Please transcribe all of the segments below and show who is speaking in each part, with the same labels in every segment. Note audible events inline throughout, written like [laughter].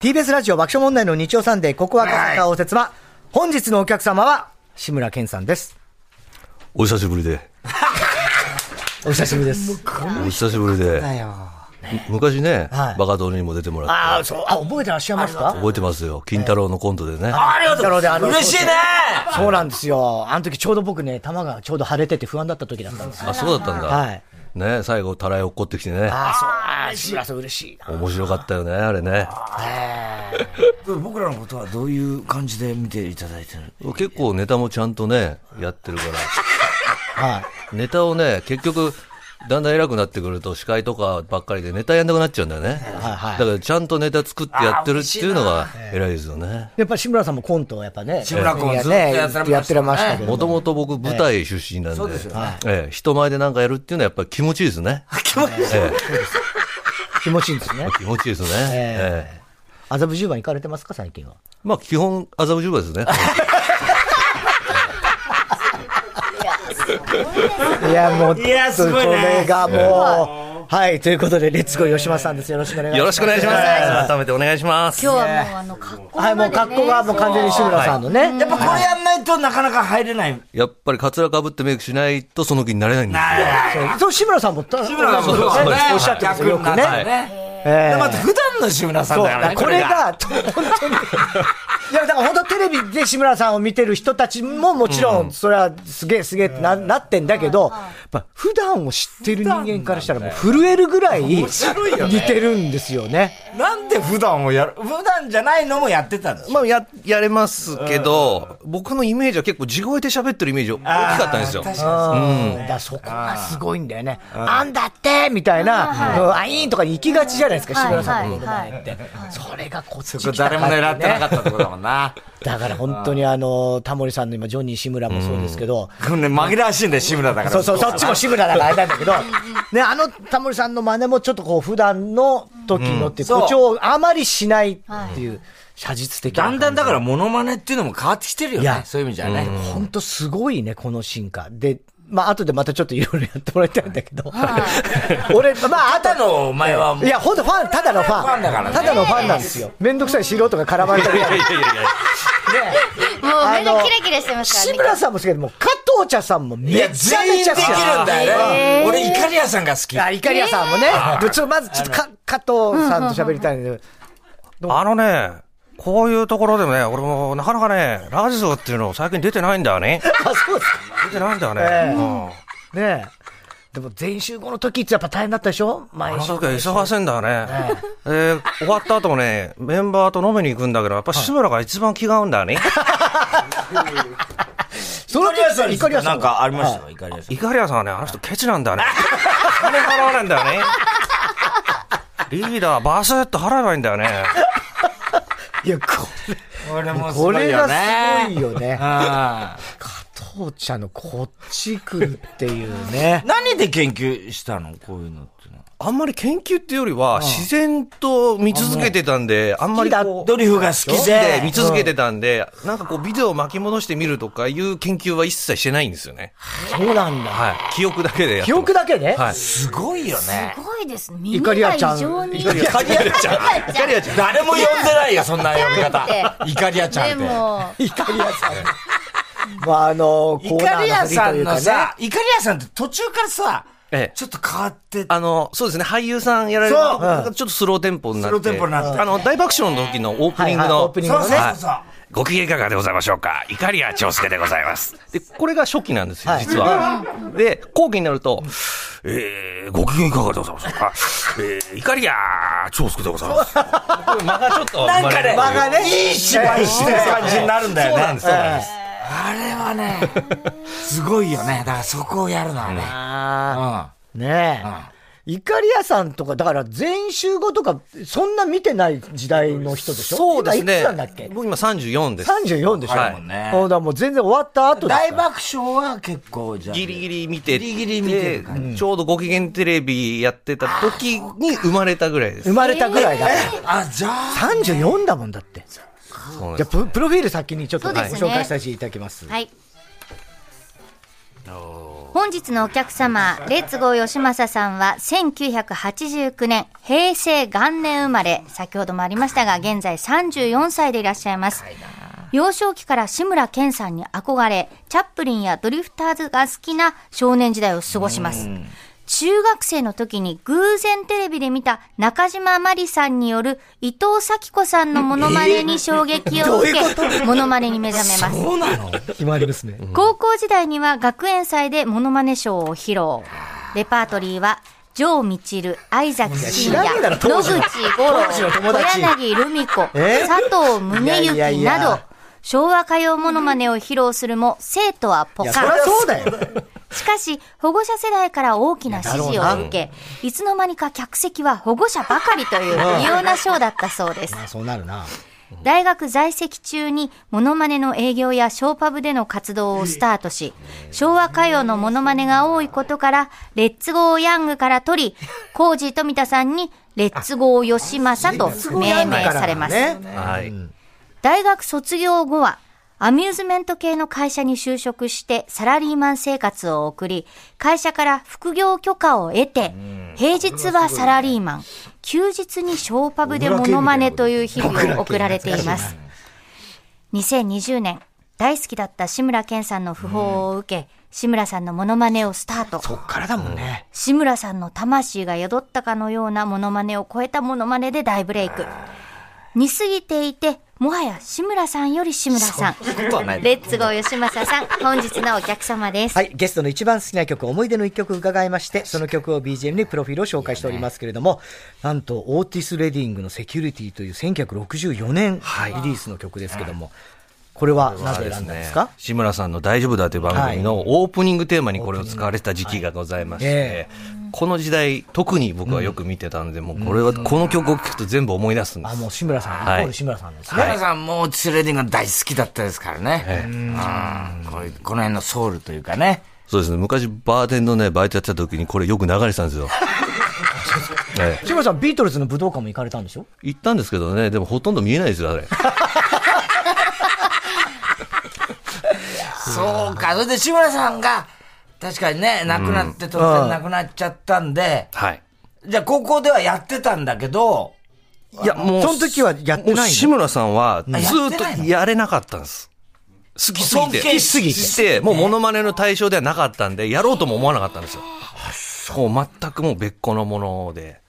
Speaker 1: TBS ラジオ爆笑問題の日曜サンデー、ここは赤坂応接は、本日のお客様は、志村けんさんです。
Speaker 2: お久しぶりで。
Speaker 1: お久しぶりです。
Speaker 2: お久しぶりで。
Speaker 1: だよ。
Speaker 2: 昔ね、
Speaker 1: はい
Speaker 2: バカ殿にも出てもらっ
Speaker 1: ああ、そう、あ、覚えてらっしゃいますか
Speaker 2: て。覚えてますよ。金太郎のコントでね。
Speaker 1: ありがとうございます。
Speaker 3: 嬉しいね
Speaker 1: そうなんですよ。あの時ちょうど僕ね、玉がちょうど腫れてて不安だった時だったんですよ。
Speaker 2: あ、そうだったんだ。
Speaker 1: はい
Speaker 2: ね、最後、たらい落っこってきてね。
Speaker 1: ああ、そう、ああ、志村さん嬉しいな。
Speaker 2: 面白かったよね、あれね。
Speaker 3: 僕らのことはどういう感じで見ていただいてる
Speaker 2: 結構ネタもちゃんとね、やってるから。
Speaker 1: はい。
Speaker 2: ネタをね、結局、だんだん偉くなってくると、司会とかばっかりでネタやんなくなっちゃうんだよね。
Speaker 1: はい
Speaker 2: だから、ちゃんとネタ作ってやってるっていうのが偉いですよね。
Speaker 1: やっぱり志村さんもコントをやっぱね、志
Speaker 3: 村コンずっと
Speaker 1: ね、や
Speaker 3: やっ
Speaker 1: って
Speaker 3: られました
Speaker 1: てやってられましたけど。
Speaker 2: もともと僕、舞台出身なんで、
Speaker 3: そうですよね
Speaker 2: ええ人前でなんかやるっていうのはやっぱり気持ちいいですね。
Speaker 3: 気持ちいいです
Speaker 2: え
Speaker 1: 気持ちいいんですね
Speaker 2: え。気持ちいいですね。ええ
Speaker 1: 麻布十番行かれてますか、最近は。
Speaker 2: まあ、基本、麻布十番ですね。 [laughs]
Speaker 1: いや、もう、
Speaker 3: いやすごいね
Speaker 1: これがもう、はい、ということで、レッツゴー吉間さんです。よろしくお願いします。
Speaker 2: よろしくお願いします。改めてお願いします。
Speaker 4: 今日はもうあの格好
Speaker 1: はい、もう格好がもう完全に志村さんのね。
Speaker 3: やっぱこれやんないとなかなか入れない。
Speaker 2: やっぱり、カツラかぶってメイクしないと、その気になれないんですよ。
Speaker 1: そうそう、志村さんも、志
Speaker 3: 志村さんもそう
Speaker 2: そう
Speaker 3: ね。
Speaker 1: おっしゃってますよ、よく
Speaker 3: 逆になった
Speaker 1: ね。
Speaker 3: ね。
Speaker 1: え
Speaker 3: で
Speaker 1: え
Speaker 3: また普段の志村さん
Speaker 1: そう、
Speaker 3: だからね。
Speaker 1: これが、と本当に。いや、だから本当テレビで志村さんを見てる人たちももちろん、それはすげえすげえってな,、なってんだけど、やっぱ普段を知ってる人間からしたらもう震えるぐらい似
Speaker 3: 白いよね
Speaker 1: てるんですよね。
Speaker 3: なんで普段をやる普段じゃないのもやってたんです
Speaker 2: まあ、や、やれますけど、僕のイメージは結構、地声で喋ってるイメージ大きかったんですよ。
Speaker 3: 確
Speaker 1: う
Speaker 3: か
Speaker 1: ん、だからそこがすごいんだよね。あんだってみたいな、うんあいーんとかに行きがちじゃないですか、
Speaker 4: は
Speaker 1: 志
Speaker 4: い
Speaker 1: 村さ
Speaker 4: は
Speaker 1: ん
Speaker 4: い
Speaker 1: のこと
Speaker 4: はい
Speaker 1: って。それがこっち
Speaker 3: に。
Speaker 1: 来
Speaker 3: そ
Speaker 1: た
Speaker 3: こ誰も狙ってなか
Speaker 1: ね
Speaker 3: ったとこだもんな。
Speaker 1: だから本当にあの、タモリさんの今、ジョニー志村もそうですけど、
Speaker 3: これね、紛らわしいんだよ、志村だから。
Speaker 1: そうそう、そっちも志村だからあれなんだけど、ね、あのタモリさんの真似もちょっとこう、普段の時のっていう、
Speaker 3: うん
Speaker 1: 誇張をあまりしないっていう、写実的な
Speaker 3: だ
Speaker 1: 感
Speaker 3: ん
Speaker 1: じ。
Speaker 3: だんだからモノマネっていうのも変わってきてるよ
Speaker 1: い
Speaker 3: ね
Speaker 1: や。
Speaker 3: そういう意味じゃね。
Speaker 1: 本当すごいね、この進化。で、まあ、後でまたちょっといろいろやってもらいたいんだけど、 [laughs] 俺、まあ、
Speaker 3: た
Speaker 1: 後
Speaker 3: だのお前はもう
Speaker 1: いや、ほんとファン、ただのファン。
Speaker 3: ファンだからね
Speaker 1: ただのファンなんですよ。めんどくさい素人が絡まれたり。
Speaker 4: もう目がキラキラしてますから
Speaker 1: 志
Speaker 4: ね。
Speaker 1: 村さんも好きだけど、もう加藤茶さんもめ
Speaker 3: い
Speaker 1: ちゃ
Speaker 3: や、
Speaker 1: めちゃ
Speaker 3: 全員できるんだよね。俺、イカリアさんが好き。
Speaker 1: あ、イカリアさんもね。でちょっとまず、ちょっとか加藤さんと喋りたいんだけど。
Speaker 5: あのね、こういうところでもね、俺もなかなかね、ラジオっていうの最近出てないんだよね。
Speaker 1: あ、そうです
Speaker 5: 出てないんだよね。
Speaker 1: ええ
Speaker 5: うん
Speaker 1: か。ねえ。でも、全集合の時ってやっぱ大変だったでしょ
Speaker 5: あ
Speaker 1: 毎
Speaker 5: の
Speaker 1: 週。
Speaker 5: 時は忙しいんだよね。えー終わった後もね、メンバーと飲みに行くんだけど、やっぱ志村が一番気が合うんだよね。
Speaker 1: その時はイカリアさん。
Speaker 3: なんかありました
Speaker 1: は
Speaker 3: よ、イカリアさん。
Speaker 5: イカリアさんはね、あの人ケチなんだよね。金払わないんだよね。リーダー、バスッと払えばいいんだよね。
Speaker 1: い。いや、これ、
Speaker 3: これも
Speaker 1: これがすごいよね。
Speaker 3: あ
Speaker 1: 加藤茶のこっち来るっていうね。
Speaker 3: [laughs] 何で研究したのこういうのってのは
Speaker 2: あんまり研究っていうよりは、自然と見続けてたんで、あんまりこう、
Speaker 3: ドリフが好き
Speaker 2: で
Speaker 3: で
Speaker 2: 見、続けてたんで、なんかこう、ビデオを巻き戻してみるとかいう研究は一切してないんですよね。
Speaker 1: そうなんだ。
Speaker 2: はい。記憶だけでやって
Speaker 1: 記
Speaker 2: ます
Speaker 1: 憶だけね。
Speaker 2: はい。
Speaker 3: すごいよね。
Speaker 4: すごいですね。
Speaker 1: イ
Speaker 4: 耳
Speaker 1: カリ
Speaker 4: が
Speaker 1: ア
Speaker 4: 異
Speaker 1: ちゃん。
Speaker 4: 常に。
Speaker 1: イカリアちゃん。
Speaker 4: イカリアち
Speaker 3: 誰も呼んでないよ、そんな呼び方
Speaker 4: だ。 [laughs]
Speaker 3: イカリアちゃん
Speaker 4: で
Speaker 3: っ
Speaker 4: も、
Speaker 1: イカリアさん。まあ、あの、
Speaker 3: て。
Speaker 1: コ
Speaker 3: イ
Speaker 1: ー
Speaker 3: カ
Speaker 1: ナ
Speaker 3: リ
Speaker 1: ー
Speaker 3: ア
Speaker 1: の振り
Speaker 3: さ
Speaker 1: とい
Speaker 3: ん
Speaker 1: うか
Speaker 3: の
Speaker 1: ね。
Speaker 3: さ、イカリアさんって途中からさ
Speaker 2: ええ、
Speaker 3: ちょっと変わって、
Speaker 2: あの、そうですね、俳優さんやられる。
Speaker 3: そう
Speaker 2: なんかちょっとスローテンポになって。
Speaker 3: スローテンポになって
Speaker 2: あの、大爆笑の時のオープニング
Speaker 1: はい
Speaker 2: の。
Speaker 1: はいオープニング
Speaker 3: そう
Speaker 1: の
Speaker 3: そう
Speaker 1: ね。
Speaker 3: そうそう。
Speaker 5: ご機嫌いかがでございましょうかイカリア長介でございます。
Speaker 2: で、これが初期なんですよ、
Speaker 1: はい
Speaker 2: 実は。で、後期になると、
Speaker 5: えー、ご機嫌いかがでございましょうかえー、イカリア長介でございます。
Speaker 2: 間がちょっと
Speaker 3: な
Speaker 2: 生
Speaker 3: ん
Speaker 2: ま
Speaker 3: か
Speaker 2: れる
Speaker 3: ね、
Speaker 1: 間がね
Speaker 3: いい芝居してる感じになるんだよね。
Speaker 2: そうなんです。
Speaker 3: あれはね、すごいよね。だからそこをやるのはね。
Speaker 1: ああ、ねえ。イカリアさんとか、だから全員集合とか、そんな見てない時代の人でしょ
Speaker 2: そうです
Speaker 1: 今いく
Speaker 2: ね
Speaker 1: つなんだっけ。
Speaker 2: 僕今34です。
Speaker 1: ?34 でしょ、
Speaker 2: はい
Speaker 3: もんね
Speaker 1: そうだ、もう全然終わった後です
Speaker 3: 大
Speaker 1: から。
Speaker 3: 爆笑は結構じゃあ
Speaker 2: ギリギリ見てて
Speaker 3: ギリギリ見てる感
Speaker 2: ちょうどご機嫌テレビやってた時に生まれたぐらいです
Speaker 1: 生。まれたぐらいだから。
Speaker 3: あじゃあ
Speaker 1: 34だもんだって。じ
Speaker 2: そうなんで
Speaker 1: ゃあ、
Speaker 2: す
Speaker 1: ププロフィール先にちょっと
Speaker 4: そう
Speaker 1: ご
Speaker 4: ですね
Speaker 1: 紹介させていただきます。
Speaker 4: はい。本日のお客様、レッツゴー吉正さんは、1989年、平成元年生まれ、先ほどもありましたが、現在34歳でいらっしゃいます。幼少期から志村けんさんに憧れ、チャップリンやドリフターズが好きな少年時代を過ごします。中学生の時に偶然テレビで見た中島まりさんによる伊藤咲子さんのモノマネに衝撃を
Speaker 1: [laughs]
Speaker 4: 受け、モノマネに目覚めます。
Speaker 3: そうなの
Speaker 1: ひまわり娘。
Speaker 4: [laughs] 高校時代には学園祭でモノマネショーを披露。レパートリーは、ジョー・ミチル、相崎真
Speaker 1: 知らねえだろ
Speaker 4: 也、野
Speaker 1: 当時
Speaker 4: 口
Speaker 1: の
Speaker 4: 五郎、
Speaker 1: 当時の友達
Speaker 4: 小柳ルミ子、佐
Speaker 1: え
Speaker 4: 藤宗
Speaker 1: いやい
Speaker 4: 行
Speaker 1: や
Speaker 4: ないど
Speaker 1: や、
Speaker 4: 昭和歌謡モノマネを披露するも、生徒はポ
Speaker 1: い
Speaker 4: カ
Speaker 1: や、そりゃそうだよ。
Speaker 4: しかし、保護者世代から大きな支持を受け、いつの間にか客席は保護者ばかりという異様なショーだったそうです。
Speaker 1: まあ、そうなるな。
Speaker 4: 大学在籍中にモノマネの営業やショーパブでの活動をスタートし、昭和歌謡のモノマネが多いことから、レッツゴーヤングから取り、コージー富田さんにレッツゴー吉正と命名されます。
Speaker 2: はい。
Speaker 4: 大学卒業後は、アミューズメント系の会社に就職してサラリーマン生活を送り、会社から副業許可を得て、平日はサラリーマン、休日にショーパブでモノマネという日々を送られています。2020年、大好きだった志村けんさんの訃報を受け、志村さんのモノマネをスタート。
Speaker 1: そっからだもんね。
Speaker 4: 志村さんの魂が宿ったかのようなモノマネを超えたモノマネで大ブレイク。似すぎていて、もはや志村さんより志村さん。レッツゴー吉正さん、本日のお客様です。
Speaker 1: はい、ゲストの一番好きな曲、思い出の一曲伺いまして、その曲を BGM にプロフィールを紹介しておりますけれども、なんと、オーティス・レディングのセキュリティという1964年リリースの曲ですけども、これはなぜ選んだんですか
Speaker 2: 志村さんの「大丈夫だ」という番組のオープニングテーマにこれを使われてた時期がございまし
Speaker 1: はい
Speaker 2: て、この時代、特に僕はよく見てたんで、もうこれは、この曲を聴くと全部思い出すんで
Speaker 1: あ、
Speaker 2: す。
Speaker 1: もう志村さん、イコ
Speaker 2: はい
Speaker 1: ール志村さんですね。
Speaker 3: 皆さんもうチレディングが大好きだったですからね。うんこういうこの辺のソウルというかね。
Speaker 2: そうですね、昔バーテンのね、バイトやってた時にこれよく流れてたんですよ。ええ
Speaker 1: 志村さん、ビートルズの武道館も行かれたんでしょ
Speaker 2: 行ったんですけどね、でもほとんど見えないですよ、あれ。
Speaker 3: そうか。それで志村さんが、確かにね、亡くなって、突然亡くなっちゃったんで、
Speaker 2: はい。
Speaker 3: じゃあ高校ではやってたんだけど、
Speaker 2: いや、もう、
Speaker 1: その時はやってないの
Speaker 2: もう志村さんは、ず
Speaker 3: やってない
Speaker 2: ーっ
Speaker 3: の
Speaker 2: とやれなかったんです。好きすぎて。
Speaker 3: 尊敬しすぎて
Speaker 2: して、もうモノマネの対象ではなかったんで、やろうとも思わなかったんですよ。そう、全くもう別個のもので。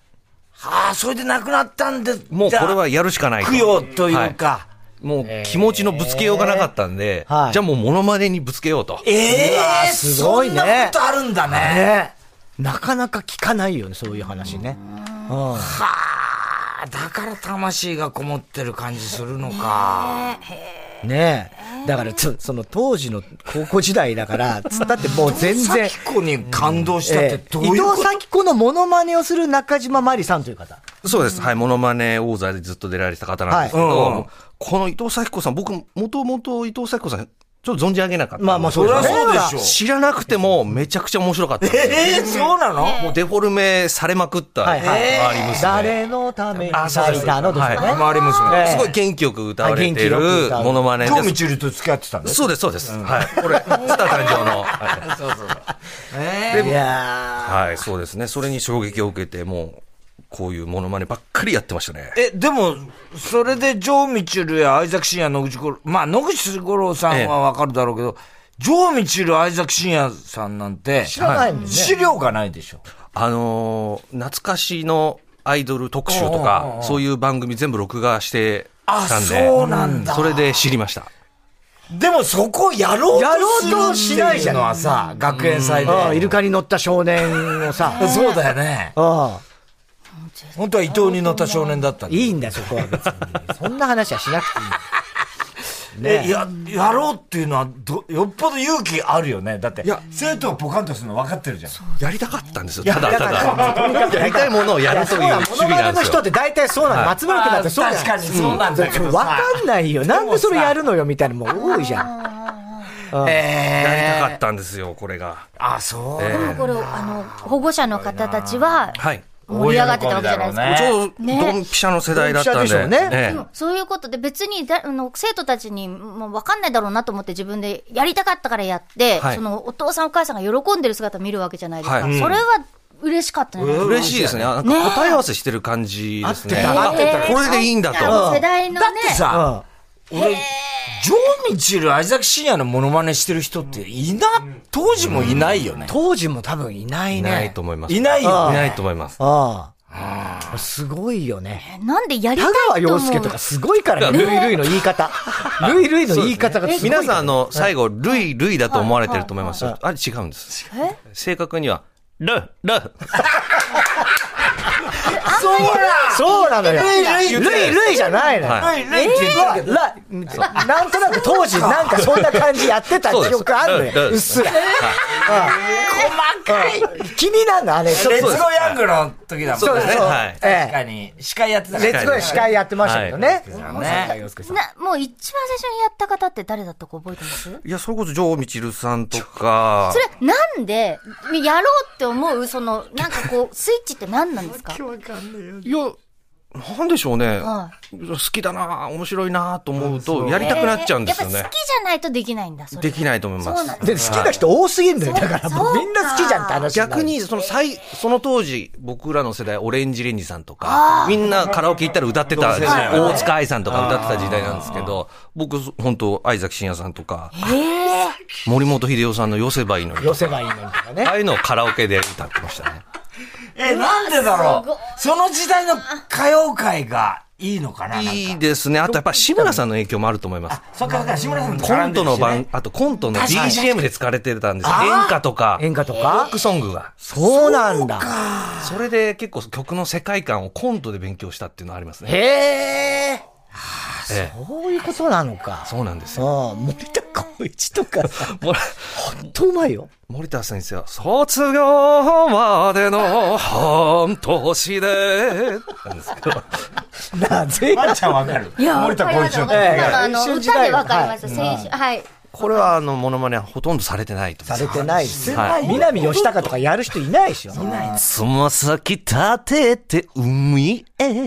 Speaker 3: はあ、それで亡くなったんで、
Speaker 2: もうこれは
Speaker 3: じ
Speaker 2: やるしかな
Speaker 3: ゃ
Speaker 2: い
Speaker 3: あ供養という
Speaker 2: は
Speaker 3: か、
Speaker 2: いもう気持ちのぶつけようがなかったんで、
Speaker 1: はい
Speaker 2: じゃあもうモノマネにぶつけようと。
Speaker 3: え
Speaker 1: うわ
Speaker 3: え
Speaker 1: すごいね
Speaker 3: そんなことあるんだね。
Speaker 1: ねなかなか聞かないよね、そういう話ね。うん。
Speaker 3: はあ、だから魂がこもってる感じするのか。
Speaker 1: ねえ。だからちょ、その当時の高校時代だから、つったってもう全然。
Speaker 3: 咲子に感動したって
Speaker 1: ええ
Speaker 3: どういうこ
Speaker 1: 伊藤
Speaker 3: と、
Speaker 1: 咲子のモノマネをする中島まりさんという方。
Speaker 2: そうです。はい。モノマネ王座でずっと出られてた方なんですけど、
Speaker 3: はいうんうん
Speaker 2: この伊藤咲子さん、僕、もともと伊藤咲子さん、ちょっと存じ上げなかったんで。
Speaker 1: まあまあそう
Speaker 3: そり
Speaker 1: だ
Speaker 3: ゃ
Speaker 1: ね
Speaker 3: そうでしょ。
Speaker 2: 知らなくてもめちゃくちゃ面白かったんですよ。
Speaker 3: ええそうなの
Speaker 2: もうデフォルメされまくった、
Speaker 1: はいはい
Speaker 2: 周り娘
Speaker 1: 誰のために咲いたのですよね。
Speaker 3: 周り娘。
Speaker 1: ええ
Speaker 2: すごい元気よく歌われてる
Speaker 1: はい元気よく歌う
Speaker 2: モノマネ
Speaker 3: 今日
Speaker 2: で
Speaker 3: みちると付き合ってたんだ
Speaker 2: す。そ
Speaker 3: よ。
Speaker 2: うです、そうです。はい。こ
Speaker 1: [laughs]
Speaker 2: れ、スター誕生の。はい
Speaker 3: え
Speaker 1: いや
Speaker 2: はい、そうですね。それに衝撃を受けて、もう、こういうモノマネばっかりやってましたね。
Speaker 3: え、でも、それで、ジョー・ミチルや相崎真也、野口五郎、まあ、野口五郎さんはわかるだろうけど、ジョー・ミチル、相崎真也さんなんて、
Speaker 1: 知らないもんね
Speaker 3: 資料がないでしょ。
Speaker 2: あのー懐かしのアイドル特集とか、そういう番組全部録画してたんで、
Speaker 3: あそうなんだ
Speaker 2: それで知りました。
Speaker 3: でも、そこをやろう
Speaker 1: やろうと
Speaker 3: と
Speaker 1: し
Speaker 3: し
Speaker 1: な
Speaker 3: ないい
Speaker 1: じ
Speaker 3: じ
Speaker 1: ゃ
Speaker 3: ゃ
Speaker 1: ん
Speaker 3: ん。のはさ、学園祭で。
Speaker 1: ーああイルカに乗った少年をさ。
Speaker 2: [laughs]
Speaker 3: そうだよね。
Speaker 1: ああ
Speaker 3: 本当は伊藤に乗った少年だったんだ
Speaker 1: いいんだよ、そこは別に。そんな話はしなくていい。ね
Speaker 3: え、や、やろうっていうのはど、よっぽど勇気あるよね。だって、
Speaker 2: や
Speaker 3: 生徒をポカンとするの分かってるじゃん。
Speaker 2: やりたかったんですよ。た
Speaker 1: いや
Speaker 2: だただ。
Speaker 1: とにかく
Speaker 2: やりたいものをやるという
Speaker 1: いや
Speaker 2: 趣
Speaker 1: そうだモノ
Speaker 2: 味
Speaker 1: マ
Speaker 2: な
Speaker 1: ネ
Speaker 2: ん
Speaker 1: の
Speaker 2: です
Speaker 1: 人
Speaker 2: よ
Speaker 1: っ。て大体そうなの。松村君だってそうだよ
Speaker 3: 確かにそうなんだけど
Speaker 1: わ
Speaker 3: さ。
Speaker 1: かんないよ。なんでそれやるのよみたいなのも多いじゃん。
Speaker 3: えー
Speaker 2: やりたかったんですよ、これが。
Speaker 3: あ、そう。
Speaker 4: でもこれ、あの、保護者の方たちは、
Speaker 2: はい。
Speaker 4: 盛り上がってたわけじゃないですか。
Speaker 2: ちょうど、
Speaker 4: ね
Speaker 2: ドンピシャの世代だったんで。
Speaker 1: ドンピシャでしょうね
Speaker 2: え
Speaker 4: で
Speaker 2: え
Speaker 4: もそういうことで別にだあの生徒たちにもう分かんないだろうなと思って自分でやりたかったからやって、
Speaker 2: はい
Speaker 4: そのお父さんお母さんが喜んでる姿見るわけじゃないですか。
Speaker 2: はい
Speaker 4: それは嬉しかったね。
Speaker 2: 嬉しいですね。なんか
Speaker 4: ねえ
Speaker 2: 答え合わせしてる感じですね。
Speaker 1: 合ってた合って
Speaker 2: あこれでいいんだ
Speaker 4: あ
Speaker 2: と。
Speaker 4: の世代のね
Speaker 3: だってさ、
Speaker 1: うん。
Speaker 3: 俺、ジョー・ミチル、アイザク・シンヤのモノマネしてる人っていな、当時もいないよね。
Speaker 1: 当時も多分いない
Speaker 2: い
Speaker 1: ね。
Speaker 2: ないと思います。
Speaker 3: いないよ
Speaker 2: い
Speaker 3: ね。
Speaker 2: ないと思います。
Speaker 1: ああ。すごいよね。
Speaker 4: なんでやりた
Speaker 1: 田
Speaker 4: い
Speaker 1: 川
Speaker 4: と
Speaker 1: 陽
Speaker 4: 思う
Speaker 1: 介とかすごいからね、ルイ
Speaker 2: ね
Speaker 1: ルイの言い方。ルイルイの言い方がすごいから。
Speaker 2: 皆さん、あの、最後、ルイ、ルイだと思われてると思います。あれ違うんです。正確には、ル、ル。
Speaker 1: そうなそうなのよ。
Speaker 3: ルイルイ
Speaker 1: ルイルイじゃないのよ。
Speaker 2: は
Speaker 3: ないないって言ってるけど
Speaker 1: ラなんとなく当時、なんかそんな感じやってた
Speaker 2: そうで
Speaker 1: 記
Speaker 2: す
Speaker 1: 憶あるの
Speaker 2: うん
Speaker 1: よ。
Speaker 2: うん
Speaker 1: うっすら。
Speaker 3: 細かい。
Speaker 1: 気になるの、あれ。ちょっ
Speaker 3: レッ
Speaker 1: と
Speaker 3: ツゴーヤングの時だもんね。
Speaker 2: そうですね。
Speaker 1: そう
Speaker 2: はい。
Speaker 1: ええ
Speaker 3: 確かに。司会やってた
Speaker 1: レッツゴーで司会やってましたけどね。
Speaker 3: い
Speaker 1: 田川陽介さん
Speaker 4: なもう一番最初にやった方って誰だったか覚えてます
Speaker 2: いや、それこそ、ジョー・ミチルさんとか
Speaker 4: そ、れなんでやろうって思うそのなんか
Speaker 1: [laughs]
Speaker 4: こうスイッチって何なんですか
Speaker 2: いや、なんでしょうね。
Speaker 4: は
Speaker 2: 好きだな、面白いなと思うと、やりたくなっちゃうんですよ
Speaker 4: えーやっ
Speaker 2: ね
Speaker 4: ぱ好。きじゃないとできないんだそれ
Speaker 2: できないと思います。
Speaker 1: で、好きな人多すぎんだよ。だからもう
Speaker 4: そう
Speaker 1: みんな好きじゃんって話。
Speaker 2: 逆。に、その最、その当時、僕らの世代、オレンジレンジさんとか、みんなカラオケ行ったら歌ってた、大塚愛さんとか歌ってた時代なんですけど、僕、本当愛崎真也さんとか、森本秀夫さんの寄せばいいのに
Speaker 1: 寄、せばいいのにとかね
Speaker 2: あ。あいうのをカラオケで歌ってましたね。
Speaker 3: え、なんでだろうその時代の歌謡界がいいのかななんか
Speaker 2: いいですね。あとやっぱ志村さんの影響もあると思います。
Speaker 3: そっかそっか、志村さんと
Speaker 2: コ
Speaker 3: 絡ん
Speaker 2: ン
Speaker 3: で
Speaker 2: ト
Speaker 3: るしね
Speaker 2: の番、あとコントの BGM で使われてたんですよ。演歌とか、
Speaker 1: 演歌とか
Speaker 2: ロックソングが。
Speaker 1: そうなんだ。
Speaker 2: それで結構曲の世界観をコントで勉強したっていうのはありますね。
Speaker 1: へえ。
Speaker 2: ええ
Speaker 1: こういうことなのか。
Speaker 2: そうなんですよ。
Speaker 1: ああ、森田光一とかさ、
Speaker 2: もら
Speaker 1: ほんとうまいよ。
Speaker 2: [laughs] 森田先生は、卒業までの半年 [laughs] で、なんですけど、
Speaker 1: なぜ
Speaker 3: まっちゃんわかる。
Speaker 4: いや
Speaker 3: 森田光一
Speaker 4: わ
Speaker 3: の
Speaker 4: かります
Speaker 1: ええ
Speaker 4: あの
Speaker 1: 青春時
Speaker 4: 歌
Speaker 1: 代
Speaker 4: で
Speaker 1: の
Speaker 4: わかります
Speaker 1: はい
Speaker 4: 青春はい
Speaker 2: これはあの、モノマネはほとんどされてないと思
Speaker 1: され
Speaker 2: いま
Speaker 1: てないし。
Speaker 2: は
Speaker 1: 南吉高とかやる人いないでしょ。
Speaker 2: す。つま先立てて海へ。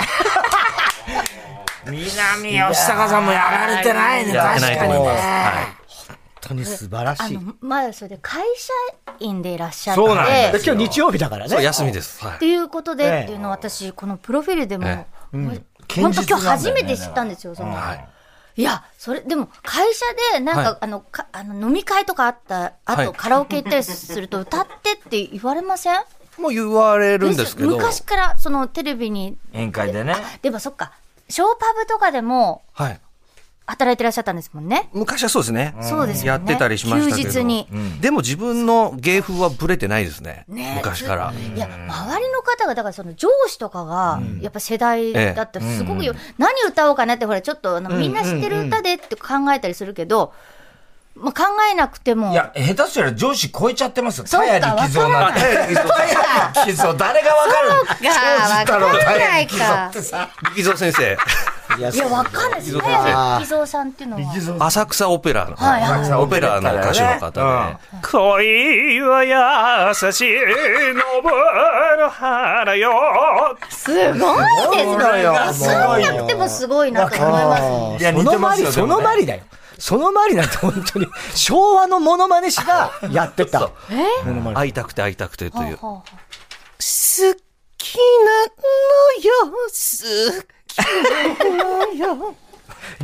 Speaker 3: 南吉高さんもやられてないね、
Speaker 2: やってな
Speaker 3: 確
Speaker 2: いと
Speaker 3: か
Speaker 2: 思
Speaker 3: に
Speaker 2: います。
Speaker 3: ね。
Speaker 2: は
Speaker 1: 本当に素晴ら
Speaker 4: あ
Speaker 1: しい。
Speaker 4: のまだそれで会社員でいらっしゃって
Speaker 3: そうなんで
Speaker 1: で今日日曜日だから
Speaker 2: い。そう、
Speaker 1: ね。
Speaker 2: 休みです。はい
Speaker 4: っていうことで、
Speaker 1: ええ
Speaker 4: っていうのを私、このプロフィールでも、
Speaker 2: え
Speaker 4: 本当今日初めて知ったんですよ、その。いや、それ、でも、会社で、なんか、
Speaker 2: はい
Speaker 4: あの、かあの飲み会とかあった、あと、
Speaker 2: はい
Speaker 4: カラオケ行ったりすると、歌ってって言われません
Speaker 2: もう言われるんですけど、
Speaker 4: 昔から、その、テレビに、
Speaker 3: 宴会でね。
Speaker 4: でもそっか、ショーパブとかでも、
Speaker 2: はい。
Speaker 4: 働いてらっしゃったんですもんね。
Speaker 2: 昔はそうですね。
Speaker 4: そうですよ
Speaker 2: や
Speaker 4: ね
Speaker 2: ってたりしましたけど。
Speaker 4: 休日に
Speaker 2: でも自分の芸風はブレてないですね。
Speaker 4: ねえ
Speaker 2: 昔から。
Speaker 4: いや、周りの方が、だからその上司とかが、やっぱ世代だったらすごくよ、何歌おうかなって、ほら、ちょっとあの、みんな知ってる歌でって考えたりするけど、まあ、考えなくても、
Speaker 3: いや、下手すりゃ上司超えちゃってますよ。
Speaker 4: そう
Speaker 3: か
Speaker 4: か
Speaker 3: や力蔵なんて。かや力蔵、誰がわかる
Speaker 4: そうか
Speaker 3: 庄司太郎
Speaker 4: わかんないか
Speaker 3: かや力蔵ってさ。
Speaker 2: 力蔵先生、
Speaker 1: いや
Speaker 4: いや、わかんないです。早木蔵さんっていうのは。
Speaker 2: 浅草オペラの、
Speaker 4: はいはい
Speaker 2: オペラの歌手の方で、
Speaker 3: うん
Speaker 5: 恋は優しいのぶの花よ。
Speaker 4: すごいです
Speaker 1: そうだよ
Speaker 4: わかんなくてもすごいなと思いますね。
Speaker 3: いや
Speaker 1: そ
Speaker 3: 似て
Speaker 1: のま
Speaker 3: ます
Speaker 1: り、
Speaker 3: よ
Speaker 1: そのまりだよ。そのまりなんて本当に、昭和のモノマネ師がやってた。
Speaker 2: 会いたくて会いたくてという。
Speaker 4: は
Speaker 5: 好きなのよ、好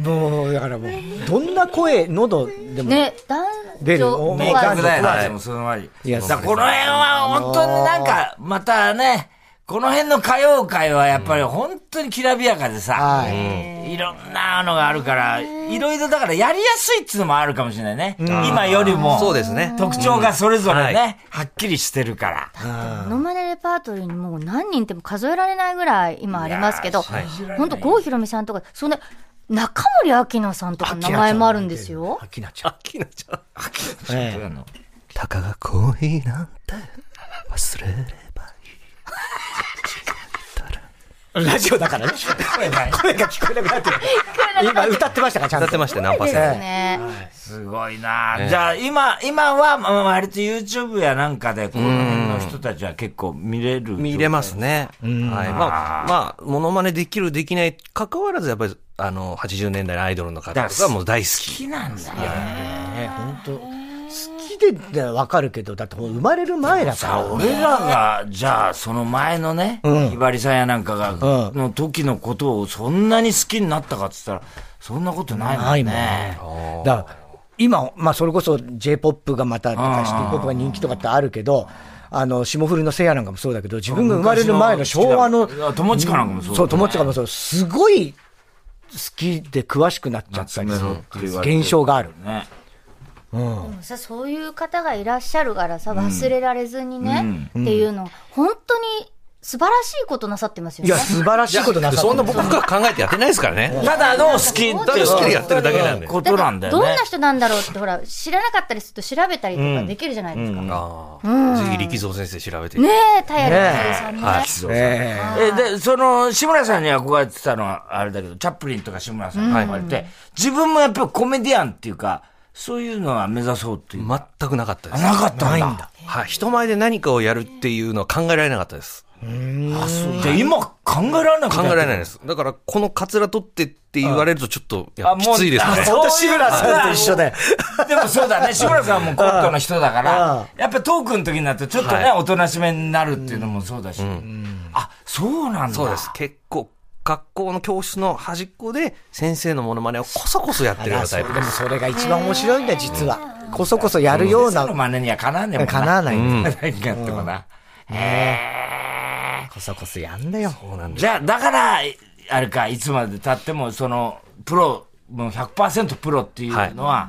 Speaker 1: もう、だからもう、どんな声、喉で
Speaker 4: あ
Speaker 1: も。
Speaker 4: ね、男
Speaker 1: 出る
Speaker 4: 女
Speaker 3: 明
Speaker 1: 男
Speaker 3: 確
Speaker 1: 女
Speaker 3: だよ
Speaker 1: は
Speaker 3: ね、
Speaker 1: い
Speaker 3: でもそのまり。
Speaker 1: いや
Speaker 3: だからこの辺は本当になんか、またね、この辺の歌謡界はやっぱり本当にきらびやかでさ、
Speaker 1: はい
Speaker 3: いろんなのがあるから、いろいろだからやりやすいっつうのもあるかもしれないね。今よりも、
Speaker 2: そうですね。
Speaker 3: 特徴がそれぞれ
Speaker 2: うんは
Speaker 3: ね、はっきりしてるから。
Speaker 4: モノマネレパートリーにもう何人っても数えられないぐらい今ありますけど、本当郷ひろみさんとか、そんな、中森明菜さんとか名前もあるんですよ。
Speaker 1: 秋菜ちゃん。
Speaker 2: あきなちゃん。
Speaker 1: ええ
Speaker 2: たかが恋なんて忘れればいい。
Speaker 1: ラジオだからね。声が聞こえなくなってる。今歌ってましたから、ちゃん
Speaker 2: 歌
Speaker 1: と。
Speaker 2: ってましたね、ナンパ
Speaker 4: で
Speaker 2: 先
Speaker 4: す
Speaker 2: 生。
Speaker 4: ね。
Speaker 3: すごいな、じゃあ、今、今は、まあ、割と YouTube やなんかで、この辺の人たちは結構見れる。
Speaker 2: 見れますね。はい。まあ、まあ、モノマネできる、できない、関わらず、やっぱり、あの、80年代のアイドルの方とかもう大好
Speaker 3: 好
Speaker 2: き。
Speaker 3: きなんだよ。
Speaker 1: ね、本当好きでってわかるけど、だってもう生まれる前だ
Speaker 3: さあ、
Speaker 1: か
Speaker 3: 俺らが、じゃあ、その前のね、ひばりさんやなんかが、
Speaker 1: うん
Speaker 3: の時のことをそんなに好きになったかって言ったら、そんなことない
Speaker 1: ら。
Speaker 3: も
Speaker 1: ない
Speaker 3: ん
Speaker 1: もん
Speaker 3: ね
Speaker 1: ね。。だから、今、まあ、それこそ J-POP がまた、シティポップが人気とかってあるけど、あの、霜降りのせいやなんかもそうだけど、自分が生まれる前の昭和の、
Speaker 3: いや友近なんかもそうだね
Speaker 1: そう、友近もそう、すごい好きで詳しくなっちゃったりするっていう現象がある。
Speaker 3: ね。
Speaker 4: でもさそういう方がいらっしゃるからさ忘れられずにね、っていうの本当に素晴らしいことなさってますよ
Speaker 1: い
Speaker 4: ね
Speaker 1: や、素晴らしいことなさって
Speaker 2: そん
Speaker 1: る
Speaker 2: な僕は考えてやってないですからね。
Speaker 3: ただの好き
Speaker 4: た
Speaker 2: ただ好きでやってるだけなんで。
Speaker 3: こ
Speaker 4: だ
Speaker 3: と
Speaker 4: か
Speaker 3: な
Speaker 4: ら
Speaker 3: んだ
Speaker 4: ど
Speaker 3: よ
Speaker 4: ん
Speaker 3: ね。
Speaker 4: な人なんだろうってほら知らなかったりすると調べたりとかできるじゃないですか、ね
Speaker 2: ああ。ぜひ力蔵先生調べて。
Speaker 4: え田谷理恵さんね
Speaker 2: はい
Speaker 1: ええ
Speaker 3: え、で、その、志村さんに憧れてたのは、あれだけど、チャップリンとか志村さんに憧れて、自分もやっぱりコメディアンっていうか、そういうのは目指そうっていう。
Speaker 2: 全くなかったです。
Speaker 3: なかったんだ。
Speaker 2: はい。人前で何かをやるっていうのは考えられなかったです。
Speaker 3: あ、そう。じゃあ今考えられなく
Speaker 2: 考えられない
Speaker 3: い。
Speaker 2: です。だから、このカツラ取ってって言われるとちょっと、いや
Speaker 3: あ
Speaker 2: き
Speaker 3: もう
Speaker 2: ついです
Speaker 3: あ
Speaker 2: ね。
Speaker 3: そう
Speaker 1: 本当志村さんと一緒で。
Speaker 3: [laughs] でもそうだね、志村さんもコントの人だか
Speaker 1: う
Speaker 3: ら
Speaker 1: ん、
Speaker 3: やっぱトークの時になるとちょっとね、
Speaker 2: はい
Speaker 3: おとなしめになるっていうのもそうだし。あ、そうなんだ。
Speaker 2: そうです。結構、学校の教室の端っこで、先生のモノマネをこそこそやってるようなタイプ
Speaker 1: で
Speaker 2: で
Speaker 1: も
Speaker 2: す。
Speaker 1: それが一番面白いんだよ、実は。こそこそやるよう
Speaker 3: そ
Speaker 1: な
Speaker 3: の、真似にはかなわねえもんな。
Speaker 1: 叶わないんだよ。
Speaker 3: ないかってもな。
Speaker 1: こそこそやんだよ。
Speaker 2: そうなんです。
Speaker 3: じゃあ、だから、あれか、いつまで経っても、その、プロ、もう100%プロっていうのは、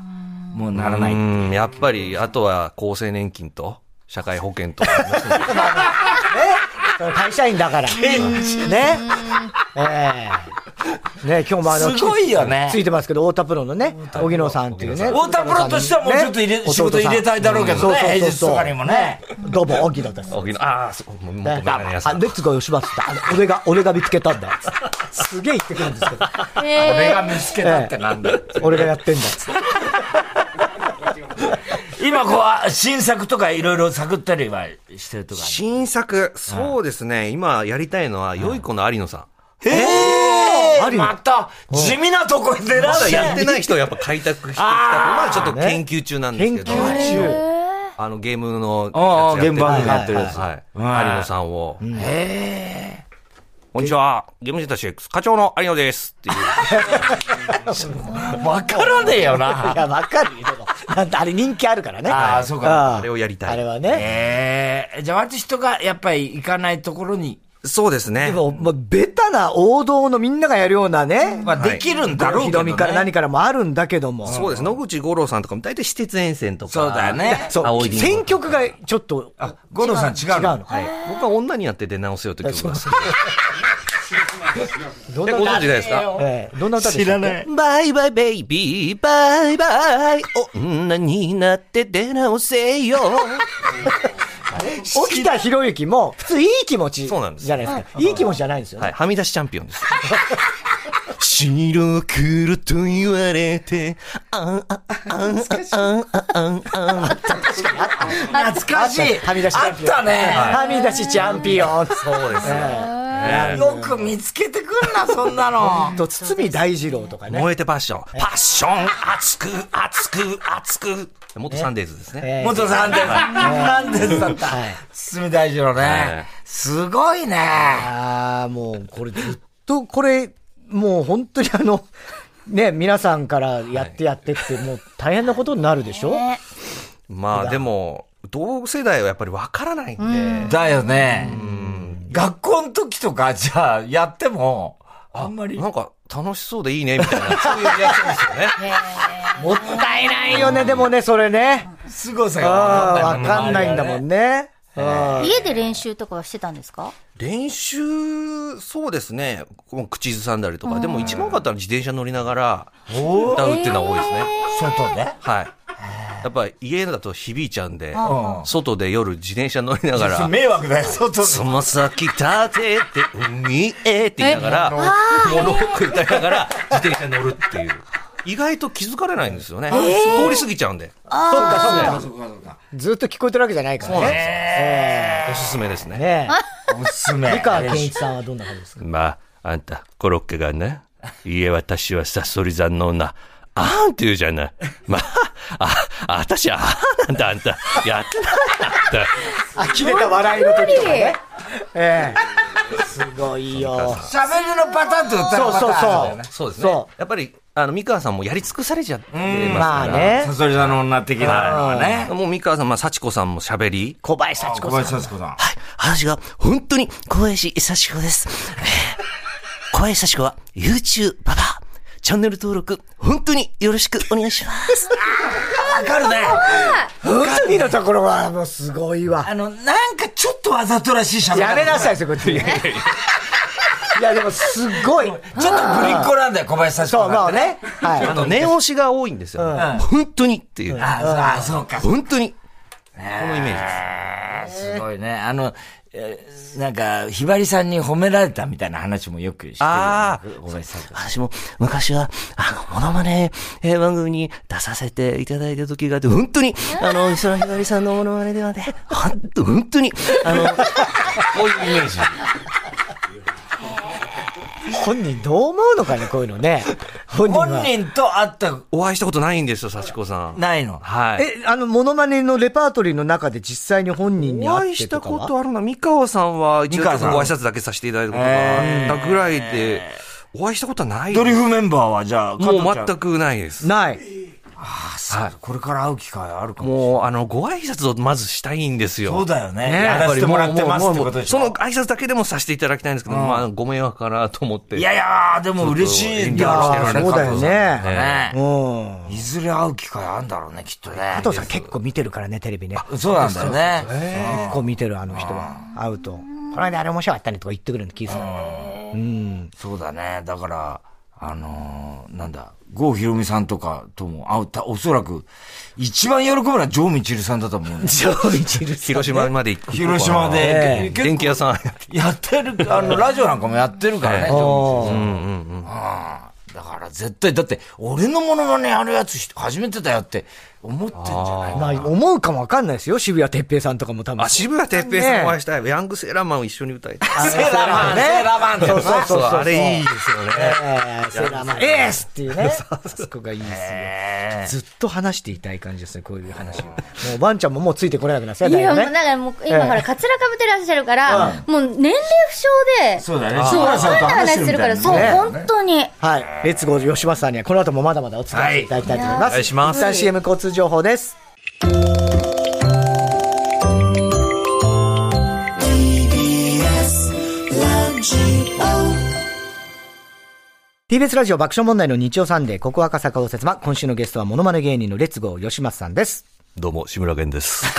Speaker 3: もうならな
Speaker 2: う
Speaker 3: い。
Speaker 2: ん、やっぱり、あとは厚生年金と、社会保険とか、 [laughs]
Speaker 1: 会社員だから。ね。ええね今日もあの、
Speaker 3: すごいよね
Speaker 1: ついてますけど、太田プロのね、荻野さんっていうね。
Speaker 3: 太田プロとしてはもうちょっと入れ、仕事入れたいだろうけどね、
Speaker 1: そうそ
Speaker 3: 平
Speaker 1: う
Speaker 3: 日
Speaker 1: そう
Speaker 3: とかにもね。
Speaker 1: どうも、荻野です。
Speaker 2: 沖縄ああ、そう、もっと
Speaker 1: ね
Speaker 2: メガネ屋さ
Speaker 1: あ、
Speaker 2: ん。
Speaker 1: レッツゴー吉松って、あの俺が、俺が見つけたんだ。すげえ言ってくるんですけど、
Speaker 3: 俺が見つけたってなんだ。
Speaker 1: [laughs] 俺がやってんだっつって。
Speaker 3: 今こう、新作とかいろいろ探ったりはしてるとか。
Speaker 2: 新作、そうですね、今やりたいのは、良い子の有野さん。
Speaker 3: え
Speaker 1: あ
Speaker 3: ー
Speaker 1: るよ
Speaker 3: また、地味なとこ出ら
Speaker 2: まだ
Speaker 3: し
Speaker 2: や
Speaker 3: ゃ
Speaker 2: っ
Speaker 3: る
Speaker 2: てない人をやっぱ開拓してきたと、まあちょっと研究中なんです
Speaker 1: 研
Speaker 2: け
Speaker 1: 究
Speaker 2: ど、
Speaker 1: 中。
Speaker 2: あのゲームの
Speaker 3: あ
Speaker 2: やつやっ
Speaker 3: あ
Speaker 2: てて、
Speaker 3: ゲーム番組やってるやつ
Speaker 2: はい。有
Speaker 3: ん
Speaker 2: 野さんを。こんにちは、ゲームセンター CX 課長の有野ですっていう。
Speaker 3: わからねえよな。
Speaker 1: いや、わかるよ。でもなんてあれ人気あるからね。
Speaker 3: ああそうか
Speaker 1: ん
Speaker 2: あれをやりたい
Speaker 1: あれはね。
Speaker 3: [laughs] ええー、じゃあ割と人がやっぱり行かないところに、
Speaker 2: そうですね
Speaker 1: で。も、まあ、ベタな王道のみんながやるようなね。
Speaker 3: まあできるんだろう
Speaker 1: ひ
Speaker 3: けど、
Speaker 1: ろ
Speaker 3: ね。
Speaker 1: みから何からもあるんだけども。
Speaker 2: そうです。野口五郎さんとかも大体私鉄沿線とか。
Speaker 3: そうだよね。
Speaker 1: そ。
Speaker 2: 青いうリンゴ
Speaker 1: 選曲がちょっと、違う
Speaker 3: 五郎さん違うの
Speaker 1: の。はい。
Speaker 2: 僕は女にやって出直せよという曲が。
Speaker 1: どん
Speaker 2: え
Speaker 1: な
Speaker 2: ご
Speaker 1: 歌
Speaker 2: 存知ないですか
Speaker 1: ええどんな歌でしたっけ
Speaker 3: い。
Speaker 2: [laughs] バイバイベイビー、バイバイ、女になって出直せ [laughs] よ。
Speaker 1: 沖田博之も、普通いい気持ち。
Speaker 2: そうなんです
Speaker 1: じゃないですか。いい気持ちじゃないんですよ
Speaker 2: は
Speaker 1: ね。
Speaker 2: い、はみ出しチャンピオンです。白黒と言われて、あんあんあんあんあんあんあん。
Speaker 3: 懐かしい。
Speaker 1: はみ出しチャ
Speaker 3: あ
Speaker 1: ン
Speaker 3: っ
Speaker 1: ピオン。
Speaker 3: たね。
Speaker 1: はみ出しチャンピオン。
Speaker 2: そうですね。
Speaker 3: よく見つけてくんな、そん
Speaker 1: [laughs]
Speaker 3: なの。
Speaker 1: と、堤大二郎とかね。
Speaker 2: 燃えてパッション。パッション、熱く、熱く、熱く。元サンデーズですね。
Speaker 1: ええ
Speaker 3: 元さんです。なんですだった
Speaker 1: はい。
Speaker 3: 堤大二郎
Speaker 2: は
Speaker 3: ね
Speaker 2: い。
Speaker 3: すごいね。
Speaker 1: ああ、もう、これずっと、これ、もう本当にあの、 [laughs] ね、皆さんからやってやってって、もう大変なことになるで [laughs] しょ、
Speaker 4: ね
Speaker 2: まあでも、同世代はやっぱりわからないんで、
Speaker 3: だよね。学校の時とか、 [laughs] じゃあ、やっても、あんまり。
Speaker 2: なんか楽しそうでいいね、みたいな、 [laughs] そういうリアクションですよね。
Speaker 1: もったいないよね、でもね、それね。
Speaker 3: 凄さ
Speaker 1: あ
Speaker 3: が
Speaker 1: あ、
Speaker 3: わ
Speaker 1: わかんないんだもんね。うん
Speaker 4: 家で練習とかはしてたんですか
Speaker 2: 練習、そうですね。もう口ずさんだりとか。でも一番多かったのは自転車乗りながら歌うっていうのは多いですね。
Speaker 3: 外で
Speaker 2: はい。やっぱり家だと響いちゃうんで
Speaker 3: う、
Speaker 2: 外で夜自転車乗りなが [laughs] ら、
Speaker 3: 迷惑だよ、外で。
Speaker 2: その先立てて海へって言いながら、モノロック歌いながら自転車乗るっていう。意外と気づかれないんですよね。通り過ぎちゃうんで。
Speaker 1: そっかそっか。
Speaker 3: そうかそうか。
Speaker 1: ずっと聞こえてるわけじゃないからね。
Speaker 2: おすすめですね。
Speaker 1: ね
Speaker 3: おすす
Speaker 1: え。
Speaker 3: め。
Speaker 1: 美川健一さんはどんな感じですか
Speaker 2: まあ、あんた、コロッケが [laughs] ね、いいえ、私はさそり座の女。あーんって言うじゃない。まあ、あ、あたし、あーなんだ、あんた。やってないんだ、
Speaker 1: あ、切れた笑いの時とかね。ええ。すごいよ。
Speaker 3: 喋りのパターンと歌
Speaker 1: そ
Speaker 3: の
Speaker 1: う
Speaker 3: パタ
Speaker 1: そう
Speaker 3: ーン
Speaker 1: そう。
Speaker 2: そうですね
Speaker 1: そ。
Speaker 2: やっぱり、あの、三河さんもやり尽くされちゃってますから。
Speaker 1: まあね
Speaker 3: サ。ソリ座の女的なのはね。
Speaker 2: もう三河さん、まあ、幸子さんも喋り。
Speaker 1: 小林幸
Speaker 3: 小
Speaker 1: 子さん。
Speaker 3: 林幸子さん。
Speaker 6: はい、話が本当に小林幸子です。えー小林幸子は YouTuber。チャンネル登録、本当によろしくお願いします。
Speaker 1: 本当にのところはもうすごいわ。
Speaker 3: あの、なんかちょっとわざとらしい喋り方。
Speaker 1: やめなさいですよ、こっち。いや、でもすごい。
Speaker 3: ちょっとぶりっ子なんだよ、小林幸子
Speaker 1: そう、ま
Speaker 3: さん
Speaker 1: あ
Speaker 3: ってね。
Speaker 1: ね。はい。
Speaker 2: あの、念押しが多いんですよ。本当にっていう。
Speaker 3: ああ、そうか。
Speaker 2: 本当に。このイメージです。
Speaker 3: すごいね。あの、えーなんか、ひばりさんに褒められたみたいな話もよくしてる。
Speaker 2: あ
Speaker 3: 小林幸子さん。
Speaker 6: 私も昔は、あの、モノマネえー番組に出させていただいた時があって、本当に、あの、美空ひばりさんのモノマネではね、ほんと本当に、あの、
Speaker 2: こういうイメージ。
Speaker 1: 本人どう思うのかね、こういうのね。本人
Speaker 3: 本
Speaker 1: は。
Speaker 3: 人と会った、
Speaker 2: お会いしたことないんですよ、幸子さん。
Speaker 3: ないの。
Speaker 2: はい。
Speaker 1: え、あの、モノマネのレパートリーの中で実際に本人に
Speaker 2: お
Speaker 1: 会
Speaker 2: 会
Speaker 1: っ
Speaker 2: い
Speaker 1: て
Speaker 2: し
Speaker 1: と
Speaker 2: た
Speaker 1: かは
Speaker 2: ことあるな。三河さんは一度
Speaker 3: 三河さん
Speaker 2: ご挨拶だけさせていただいたことがあったぐらいで、お会いしたことはない
Speaker 3: ドリフメンバーはじゃあ、加藤ち
Speaker 2: も
Speaker 3: ゃ
Speaker 2: うん全くないです。
Speaker 1: ない。
Speaker 3: はいこれから会う機会あるかも。
Speaker 2: もう、あの、ご挨拶をまずしたいんですよ。
Speaker 3: そうだよね。
Speaker 2: ね
Speaker 3: やらせてもらってますってことでしょ。
Speaker 2: その挨拶だけでもさせていただきたいんですけど、まあ、ご迷惑かなと思って。
Speaker 3: いやいやー、でも嬉しいんだろうね。
Speaker 1: そうだよね。う
Speaker 3: 加藤さんね。
Speaker 1: ん。
Speaker 3: いずれ会う機会あるんだろうね、きっとね。
Speaker 1: 加藤さん結構見てるからね、テレビね。
Speaker 3: そうなんだよね。
Speaker 1: 結構見てる、あの人は。会うと。この間あれ面白かったねとか言ってくるの聞いてたの
Speaker 3: そうだね。だから、あのー、なんだ、郷ひろみさんとかとも会うた、おそらく、一番喜ぶのはジョーミチルさんだと思う。
Speaker 2: 広島まで行く。
Speaker 3: [laughs] 広島 [laughs] で、結
Speaker 2: 電気屋さん。
Speaker 3: 構やってる、あの、ラジオなんかもやってるからね、ジョーミチルさん。うんだから絶対、だって、俺のものまねやるやつ初めてだよって思ってんじゃない
Speaker 1: まあ、思うかもわかんないですよ。渋谷哲平さんとかも多分。
Speaker 2: あ、渋谷哲平さんお会いしたい。ヤングセーラーマンを一緒に歌いたい。
Speaker 3: セーラーマン、セーラーマンって
Speaker 1: そうそうそうそう。
Speaker 2: あれいいですよね。
Speaker 1: えー、セーラーマン、エースっていうね。あ [laughs] そこがいいですよ。ずっと話していたい感じですね、こういう話を。もう、ワンちゃんももうついてこれなくなっちゃ
Speaker 4: いや、もうだ
Speaker 1: ね。
Speaker 4: からもう今ほ
Speaker 1: ええ
Speaker 4: ら、カツラかぶってらっしゃるから、もう年齢不詳で、
Speaker 3: そうだね。
Speaker 4: そう、
Speaker 3: 志村
Speaker 4: そういう話してるから、そう、
Speaker 3: ね
Speaker 4: 本当に。
Speaker 1: はい。レッツゴー吉松さんには、この後もまだまだお伝えしていただきたいと思います。
Speaker 2: お願いします
Speaker 1: 一旦 CM 交通情報です。TBS ラジオ爆笑問題の日曜サンデー、ここ赤坂応接間。今週のゲストは、モノマネ芸人のレッツゴー吉松さんです。
Speaker 2: どうも、志村けんです。
Speaker 4: さ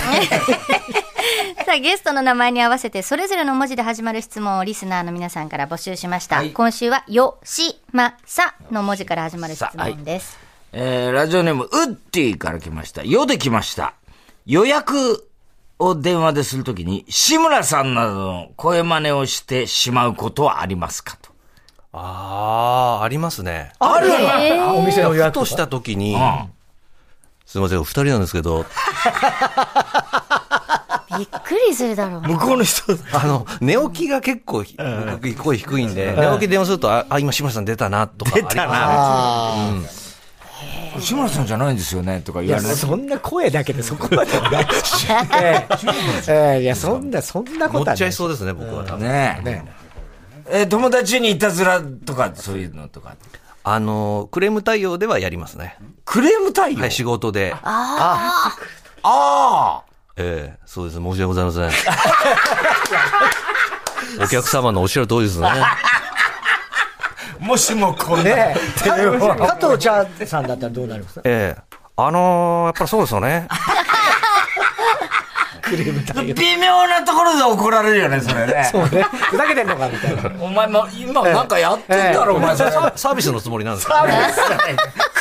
Speaker 4: あ、ゲストの名前に合わせて、それぞれの文字で始まる質問をリスナーの皆さんから募集しました。今週は、よしまさの文字から始まる質問です。
Speaker 3: えーラジオネーム、ウッディから来ました。よで来ました。予約を電話でするときに、志村さんなどの声真似をしてしまうことはありますかと。
Speaker 2: ああ、ありますね。
Speaker 1: あるお店の予
Speaker 2: ふ
Speaker 1: 約
Speaker 2: と
Speaker 1: と
Speaker 2: し
Speaker 1: した
Speaker 2: 時に、すいません、お二人なんですけど、
Speaker 4: びっくりするだろう。
Speaker 3: 向こうの人、
Speaker 2: あの、寝起きが結構ひ、僕声低いんで、寝起き電話すると、あ、あ今、志村さん出たな、とか。出たな。
Speaker 3: 志村さんじゃないんですよねとか
Speaker 1: い
Speaker 3: 言
Speaker 1: や、
Speaker 3: われる。
Speaker 1: そんな声だけでそこまではない。ええええいや、そんな、そんなこ
Speaker 2: 持
Speaker 1: と
Speaker 2: っ
Speaker 1: は
Speaker 2: ちゃ
Speaker 1: ないい。
Speaker 2: そうですね、僕は多分。
Speaker 3: ねえ。
Speaker 1: ね
Speaker 3: えー友達にいたずらとか、そういうのとか。
Speaker 2: あの、クレーム対応ではやりますね。
Speaker 3: クレーム対応、
Speaker 2: はい、仕事で。
Speaker 3: ああ
Speaker 2: ええそうです。申し訳ございませ [laughs] ん。お客様のおっしゃる通り [laughs] ですね。
Speaker 3: もしもこんな。
Speaker 1: ね
Speaker 3: [laughs]
Speaker 1: 加藤茶さんだったらどうなりますか
Speaker 2: ええあのーやっぱりそうですよね。
Speaker 3: 微妙なところで怒られるよ [laughs] ね、それね。
Speaker 1: そうね。ふざけてんのかみたいな。
Speaker 3: お前も、今なんかやってんだろ、お前。
Speaker 2: ササービスのつもりなんですか、ね、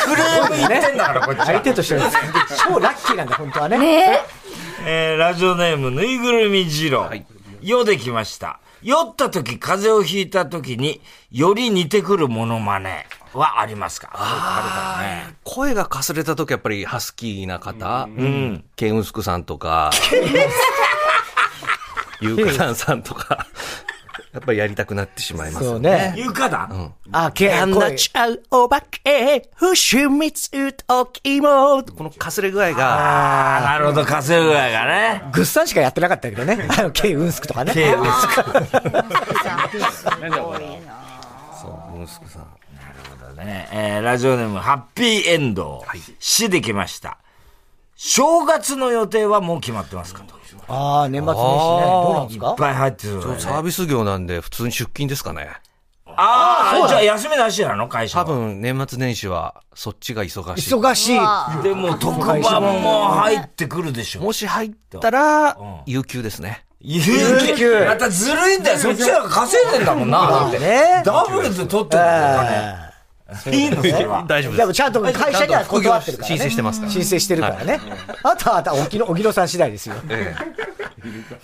Speaker 3: クレーム言ってんだから、こっちは
Speaker 1: 相手としては超ラッキーなんだ、本当はね。
Speaker 3: えーラジオネームぬいぐるみ二郎、よできました酔った時、風邪をひいた時により似てくるモノマネはありますかあるからね。
Speaker 2: 声がかすれた時やっぱりハスキーな方、ケンウスクさんとか、ユーカさんさんとか、やっぱりやりたくなってしまいます
Speaker 1: そ
Speaker 2: よ
Speaker 1: う
Speaker 2: ね。
Speaker 1: ね。
Speaker 3: 言うかだ、
Speaker 1: あ、け、あ
Speaker 6: あ
Speaker 1: の
Speaker 6: の、ちゃうお化け、不趣味時も、
Speaker 2: このかすれ具合が、
Speaker 3: ああ、なるほど、稼ぐやがね。
Speaker 1: ぐっさんしかやってなかったけどね。あの、ケイ・ウンスクとかね。ケイ・ウンスク。
Speaker 2: そう、ウンスクさん。
Speaker 3: ねえーラジオネーム、ハッピーエンド、死できました。正月の予定はもう決まってますかと。いっ
Speaker 1: ああ、年末年始ね。どうなんですか
Speaker 3: ぱい入ってる、ね。
Speaker 2: サービス業なんで普通に出勤ですかね。
Speaker 3: ああ、じゃあ休みなしなの会社
Speaker 2: 多
Speaker 3: は。
Speaker 2: 分年末年始はそっちが忙しい。
Speaker 1: 忙しい。
Speaker 3: でも特番も入ってくるでしょ。
Speaker 2: もし入ったら、有給ですね。
Speaker 3: 有給。またずるいんだよ。そっちらが稼いでんだもんな。だって
Speaker 1: ね
Speaker 3: ダブルで取ってるんだよね。いいのそれは。
Speaker 2: 大丈夫
Speaker 1: で
Speaker 2: で
Speaker 1: も
Speaker 2: す。
Speaker 1: ちゃんと会社には断ってるから、ね。
Speaker 2: 申請してますから
Speaker 1: 申請してるからね。あとは、あとは、おぎの、おぎろさん次第
Speaker 3: [laughs]
Speaker 1: ですよ。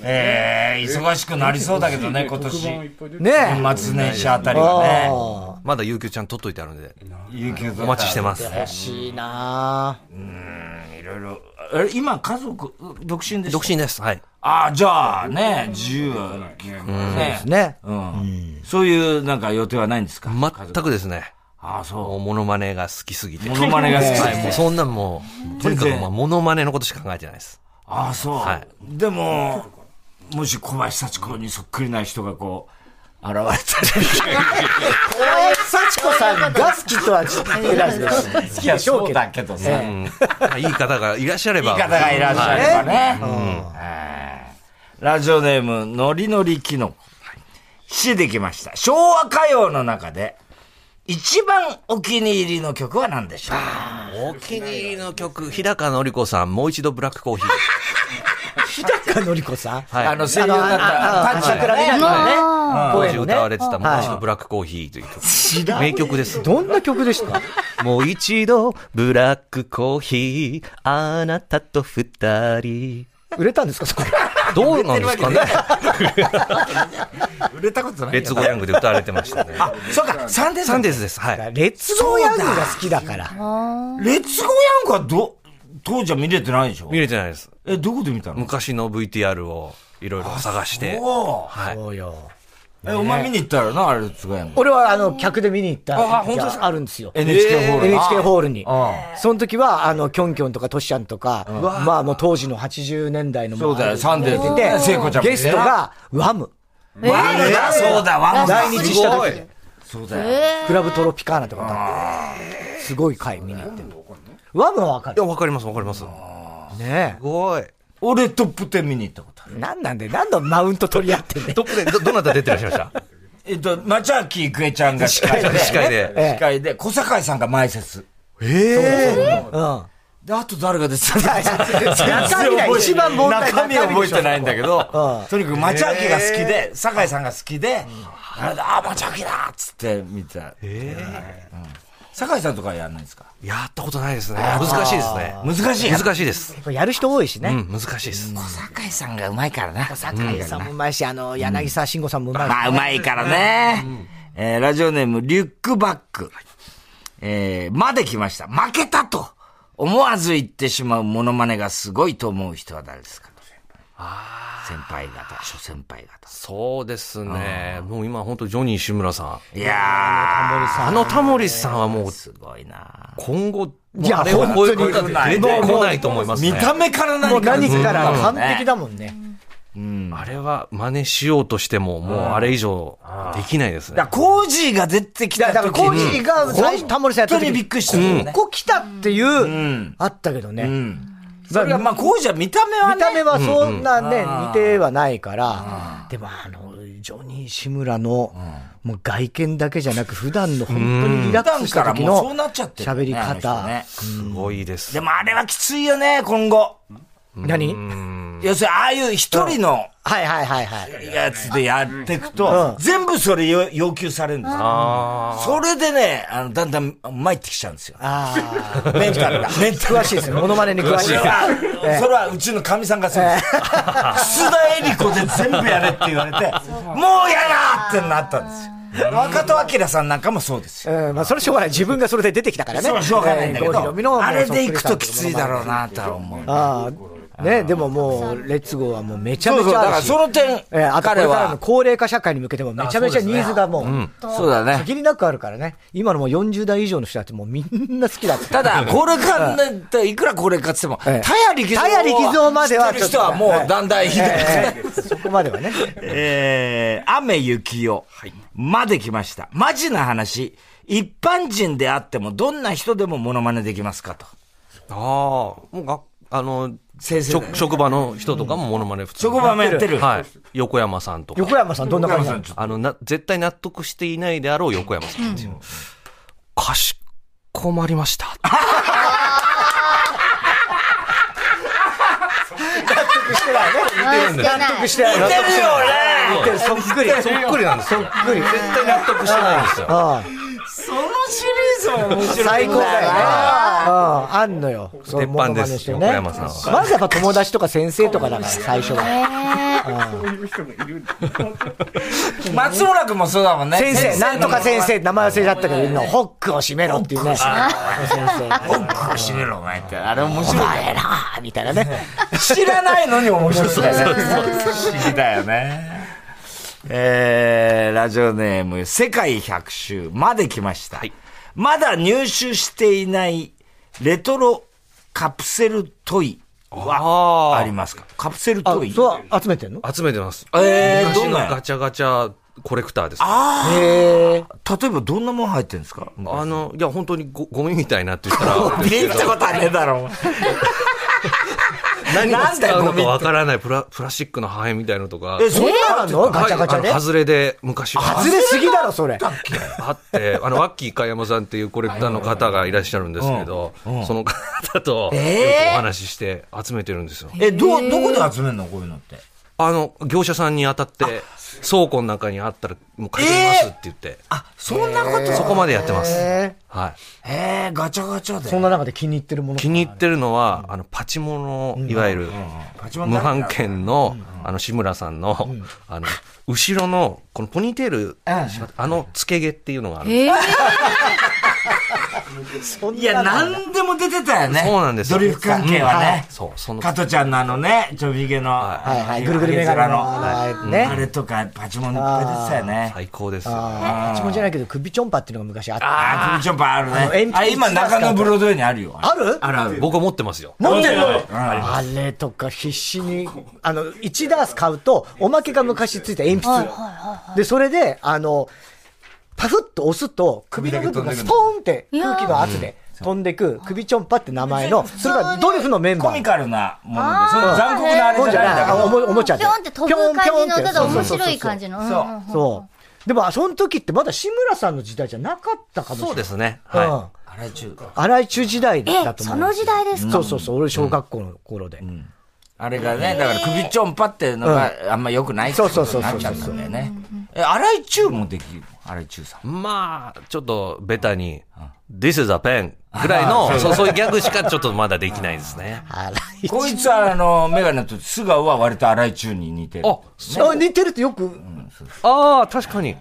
Speaker 3: ええ忙しくなりそうだけどね、今年。
Speaker 1: ねえ。
Speaker 3: 年末年始あたりはね。
Speaker 1: あ
Speaker 2: まだ有給ちゃん取っといてあるんで、
Speaker 3: 有給
Speaker 2: お待ちしてます。
Speaker 1: あ。しいなぁ。
Speaker 3: いろいろ。え、今、家族、独身です
Speaker 2: 独身です。はい。
Speaker 3: ああ、じゃあ、ね、自由は利くね。
Speaker 1: ね。
Speaker 3: うん。そういう、なんか予定はないんですか
Speaker 2: 全くですね。
Speaker 3: ああ、
Speaker 2: もう
Speaker 3: そ
Speaker 2: モノマネが好きすぎて。
Speaker 3: う。モノマネが好き
Speaker 2: はい、もう
Speaker 3: です。
Speaker 2: そんなんもう、とにかくまあモノマネのことしか考えてないです。
Speaker 3: ああ、そう。
Speaker 2: はい
Speaker 3: でも、もし小林幸子にそっくりな人がこう、現れたり
Speaker 1: 小林幸子さんが好きとは言ってないですけど。好きでしょうけど。
Speaker 3: けどさ、言い
Speaker 2: いい方がいらっしゃれば。
Speaker 3: 方がいらっしゃればね。ええラジオネーム、のりのりきのこ。死できました。昭和歌謡の中で、一番お気に入りの曲は何でしょう
Speaker 2: お気に入りの曲、日高のり子さん、もう一度ブラックコーヒー。
Speaker 1: 日高のり子さん。
Speaker 2: はい。
Speaker 3: あの、声優になった、
Speaker 1: あ
Speaker 3: タ
Speaker 1: の
Speaker 3: ッチ
Speaker 1: 桜ね
Speaker 3: ね。
Speaker 2: 当時歌われてた、
Speaker 1: うん
Speaker 2: もう一度ブラックコーヒーという曲。
Speaker 1: 知らん
Speaker 2: 名曲です。
Speaker 1: どんな曲でした
Speaker 2: もう一度、ブラックコーヒー、あなたと二人。
Speaker 1: 売れたんですかそこ。
Speaker 2: どうなんですかね
Speaker 3: 売れたことない
Speaker 2: レッツゴーヤングで歌われてましたね。
Speaker 3: あ、そうか、サンデー
Speaker 2: サ
Speaker 3: さ
Speaker 2: ン
Speaker 3: ん。
Speaker 2: デーズです。はい。
Speaker 1: レッツゴーヤングが好きだから。
Speaker 3: レッツゴーヤングはど、当時は見れてないでしょ
Speaker 2: 見れてないです。
Speaker 3: え、どこで見たの
Speaker 2: 昔の VTR をいろいろ探して。
Speaker 3: おー
Speaker 2: はい。
Speaker 1: そうよ。
Speaker 3: え、お前見に行ったらな、レッツゴーヤング。
Speaker 1: 俺はあの、客で見に行った。
Speaker 3: あ本当です
Speaker 1: あるんですよ。
Speaker 3: NHK ホールな。
Speaker 1: NHK ホールに
Speaker 3: う。
Speaker 1: その時は、あの、キョンキョンとかトシちゃんとか、まあもう当時の80年代のも
Speaker 3: そうだよ、サンデーで。
Speaker 1: で
Speaker 3: 聖子ちゃんも
Speaker 1: ゲスト、がワム。
Speaker 3: ワンだ、そうだ、ワンだ。
Speaker 1: 来日した時、
Speaker 3: そうだよ。
Speaker 1: クラブトロピカーナとか歌って、すごい回見に行ってる。ワムはわか
Speaker 2: い
Speaker 1: る。
Speaker 2: や、わかります、わかります。す
Speaker 1: ね
Speaker 2: ごい。
Speaker 3: 俺トップ10見に行ったことある。
Speaker 1: え。なんなんで、何度マウント取り合ってんねん
Speaker 2: どこで、ど、どなた出てらっしゃい [laughs] ました
Speaker 3: えっと、町秋郁恵ちゃんが司会で。
Speaker 2: 司会で。
Speaker 1: え
Speaker 3: 司会で、小堺さんが前説。
Speaker 1: [laughs] うん。
Speaker 3: で、あと誰が出てたんだ [laughs]
Speaker 1: 中身が一番問題
Speaker 3: 中身は覚えてないんだけ
Speaker 1: う
Speaker 3: ど
Speaker 1: ん、
Speaker 3: とにかく町明が好きで、酒井さんが好きで、あれだ、あ、町明だっつって見てた。うん酒井さんとかはやんないんですか
Speaker 2: やったことないですね。難しいですね。
Speaker 3: 難しい。
Speaker 2: 難しいです。
Speaker 1: これやる人多いし
Speaker 2: う
Speaker 1: ね。
Speaker 2: ん、難しいです。
Speaker 3: 酒井さんがうまいからな。
Speaker 1: 酒井さんもうまいし、あの、柳沢慎吾さんもうまいし。
Speaker 3: まあ、うまいからね。えーラジオネーム、リュックバック。えーまで来ました。負けたと思わず言ってしまうモノマネがすごいと思う人は誰ですか先輩方、諸先輩方。
Speaker 2: そうですね。もう今、本当ジョニー志村さ
Speaker 3: いや
Speaker 2: ん。あのタモリさんはもう
Speaker 3: ー、、すごいな
Speaker 2: 今後、
Speaker 1: いや
Speaker 2: あれを
Speaker 1: 本当に
Speaker 2: 超えたって出てこないと思いますね。
Speaker 3: 目から
Speaker 1: もう何から完璧だもんね。
Speaker 2: あれは真似しようとしても、もうあれ以上できないですね
Speaker 3: だ。コージーが出てき
Speaker 1: いや、だ
Speaker 3: た
Speaker 1: から
Speaker 3: 時
Speaker 1: コージーが最初、タモリさんやった
Speaker 3: 本当
Speaker 1: 時
Speaker 3: にびっくりしたんだよね
Speaker 1: ここ来たっていう、
Speaker 3: ん
Speaker 1: あったけどね。
Speaker 3: それがまあコージーは見た目は
Speaker 1: 見た目
Speaker 3: ね、
Speaker 1: はそんなね、似てはないから、でもあの、ジョニー志村の、もう外見だけじゃなく、普段の本当にリラ
Speaker 3: 普
Speaker 1: ックス
Speaker 3: 段
Speaker 1: し
Speaker 3: か
Speaker 1: た
Speaker 3: ら
Speaker 1: 時
Speaker 3: もう
Speaker 1: の
Speaker 3: そうなっちゃってるよね
Speaker 1: 喋り
Speaker 3: あの人
Speaker 1: 方。
Speaker 3: ね
Speaker 2: すごいです
Speaker 3: で。もあれはきついよね、今後。
Speaker 1: 何 [laughs]
Speaker 3: 要するに、ああいう一人の
Speaker 1: はいはいはいはい。
Speaker 3: やつでやっていくと、全部それよ要求されるんですよ。それでね、あの、だんだん参ってきちゃうんですよ。
Speaker 1: ああ。
Speaker 3: メンタル [laughs] が。メンタル
Speaker 1: 詳しいですね。モノマネに詳しい。
Speaker 3: あそれはうちのかみさんがそうです。楠田恵理子で全部やれって言われて、もうやだってなったんですよ。若戸明さんなんかもそうですよ。
Speaker 1: うん、まあ、それしょうがない。自分がそれで出てきたからね。
Speaker 3: そうしょうがないんだけ
Speaker 1: えー郷ひろみの
Speaker 3: ど、あれで行くときついだ
Speaker 1: う。
Speaker 3: ろうなとは思う。
Speaker 1: ああ。ね、でももう、レッツゴーはもうめちゃ
Speaker 3: そ
Speaker 1: め
Speaker 3: うそう、
Speaker 1: ちゃあ
Speaker 3: だか
Speaker 1: る
Speaker 3: ら
Speaker 1: し。
Speaker 3: その点、
Speaker 1: えーあとこれ
Speaker 3: 彼
Speaker 1: からの
Speaker 3: は、
Speaker 1: 高齢化社会に向けてもめちゃめちゃニーズがもう、
Speaker 3: そうだね。
Speaker 1: 限りなくあるからね。今のもう40代以上の人だってもうみんな好きだって。
Speaker 3: ただ、高齢化ねって、いくら高齢化って言って
Speaker 1: ええ
Speaker 3: も、たや力
Speaker 1: たや力蔵までは
Speaker 3: 知ってる人はもう
Speaker 1: ちょっと
Speaker 3: だんだんひどいですね。
Speaker 1: えーそこまではね。
Speaker 3: えー、雨雪よ。まで来ました。マジな話。一般人であっても、どんな人でもモノマネできますかと。
Speaker 2: ああ、もうが、あの、
Speaker 3: 先生だよ
Speaker 2: 職職場の人とかもモノマネ普通
Speaker 3: そ
Speaker 2: に
Speaker 3: こはやってる。
Speaker 2: はい。横山さんと
Speaker 1: 横
Speaker 2: か。
Speaker 1: 山さんどんな感じなの
Speaker 2: あの、な、絶対納得していないであろう横山さんですよ。かしこまりました。
Speaker 4: してない。
Speaker 1: 納得してない。納得してない。似てるそっくり。
Speaker 2: そっくりなんですそっくり。絶対納得してないんですよ。
Speaker 1: あ
Speaker 3: そのシリーズも
Speaker 1: あ
Speaker 3: 面
Speaker 1: 最高だよね。ああ、あんのよ。そ
Speaker 2: 鉄板です
Speaker 1: して
Speaker 2: 横山さんは
Speaker 1: まずやっぱ友達とか先生とかだから、最初は。
Speaker 3: 松村君もそうだもんね。
Speaker 1: 先生、なんとか先生、名前忘れちゃったけど、今ホックを閉めろっていうね。先生。
Speaker 3: 文句を閉めろ、お前って。あれ面
Speaker 1: お
Speaker 3: 白い。
Speaker 1: 前らみたいなね。
Speaker 3: 知らないのに面白い。そうそうそう。不思議だよね。えー、ラジオネーム、世界百周まで来ました。まだ入手していないレトロカプセルトイはありますかカプセル
Speaker 1: あ、
Speaker 3: トイ
Speaker 1: そう、集めてんの
Speaker 2: 集めてます。
Speaker 3: えー、
Speaker 2: 昔
Speaker 3: どん
Speaker 2: の
Speaker 3: な
Speaker 2: ガチャガチャコレクターです。
Speaker 1: へえ。
Speaker 3: 例えばどんなもん入ってるん [laughs] ですか
Speaker 2: あの、いや、本当にごゴミみたいなって言った
Speaker 3: [laughs]
Speaker 2: ら、
Speaker 3: ビンってことはねえだ [laughs] ろ。
Speaker 2: 何
Speaker 3: なんだ
Speaker 2: に
Speaker 3: よ
Speaker 2: 使うの
Speaker 3: ゴミ
Speaker 2: か
Speaker 3: って
Speaker 2: わからないプラプラスチックの破片みたいのとか。
Speaker 3: え、そんな
Speaker 1: あんのガチャガチャで。
Speaker 2: はいあの
Speaker 1: 外
Speaker 2: 外れで昔は
Speaker 1: れすぎだろ、それ。
Speaker 2: あって、あの、ワッキー加山さんっていうコレクターの方がいらっしゃるんですけど、その方とよくお話しして集めてるんですよ。
Speaker 3: え、どう、どこで集めるのこういうのって。
Speaker 2: あの、業者さんに当たって、倉庫の中にあったらもう借りてみますって言って、
Speaker 3: あ、そんなこと
Speaker 2: そこまでやってます。
Speaker 1: へえ。
Speaker 2: はい。
Speaker 3: えー、ガチャガチャで。
Speaker 1: そんな中で気に入ってるもの。
Speaker 2: 気に入ってるのは、あの、パチモノ、いわゆる、
Speaker 3: パチモン
Speaker 2: 無版権の、あの、志村さんの、あの、後ろの、このポニーテール、あの、付け毛っていうのがあるんですよ
Speaker 4: えー
Speaker 1: そん
Speaker 3: いや、
Speaker 1: な
Speaker 3: な
Speaker 1: の
Speaker 3: んでも出てたよね。
Speaker 2: そうなんですよ
Speaker 3: ドリフ関係はね。
Speaker 2: そう、その、
Speaker 3: 加トちゃんのあのね、ちょびひげの。
Speaker 1: は
Speaker 3: はい
Speaker 1: はい。ぐるぐるメガネの。はいね。
Speaker 3: あれとか、パチモンいっぱい出てたよね。
Speaker 2: 最高ですよね。
Speaker 1: あっちもんじゃないけど、首ちょんぱっていうのが昔あった。
Speaker 3: ああ、クビチョンパンある
Speaker 1: の鉛
Speaker 3: ね。
Speaker 1: 筆
Speaker 3: あれ今、中野ブロードウェイにあるよ。
Speaker 1: ある
Speaker 3: あるある。
Speaker 2: 僕は持ってますよ。
Speaker 1: 持ってるのあれとか必死に、あの、1ダース買うと、おまけが昔ついた鉛筆。で、それで、あの、パフッと押すと、首の部分がスポーンって空気の圧で飛んでく、首ちょんぱって名前の、それがドリフのメン
Speaker 3: コ
Speaker 1: バ
Speaker 3: ミ
Speaker 1: ー。
Speaker 3: カルなもので、その残酷なあ
Speaker 1: も
Speaker 3: れ
Speaker 1: ん
Speaker 3: じ
Speaker 1: じ
Speaker 3: ゃ
Speaker 1: ゃ
Speaker 3: な
Speaker 1: な
Speaker 3: いん
Speaker 1: い、
Speaker 3: だけ
Speaker 1: あ
Speaker 3: ど。
Speaker 1: おもおもちゃ
Speaker 4: ぴ
Speaker 1: で。
Speaker 4: ょんって飛ぶ感じの、ただ
Speaker 1: そうそ
Speaker 4: 面
Speaker 1: うそうそう
Speaker 4: 白い感じの。うんうんうん
Speaker 1: そう。でも、その時ってまだ志村さんの時代じゃなかったかもしれない。
Speaker 2: そうですね。
Speaker 1: うん。
Speaker 2: は
Speaker 3: あれ中
Speaker 1: 荒井中時代だ
Speaker 4: え、
Speaker 1: と思。
Speaker 4: そうの時代ですか
Speaker 1: そうそうそう、俺小学校の頃で。
Speaker 3: あれがね、だから首ちょんぱっていうのがあんま良くないってことになっちゃったんだよね。え、荒井中もできるの荒井中さん。
Speaker 2: い。まあ、ちょっと、ベタに、This is a pen ぐらいの、 [laughs] そうそういうギャグしかちょっとまだできないですね。 [laughs]
Speaker 1: 荒井
Speaker 3: こいつは、あの、メガネと素顔は割と荒井中に似てる。
Speaker 2: あ、
Speaker 1: あ、似てるってよく、
Speaker 2: ああ、確かに。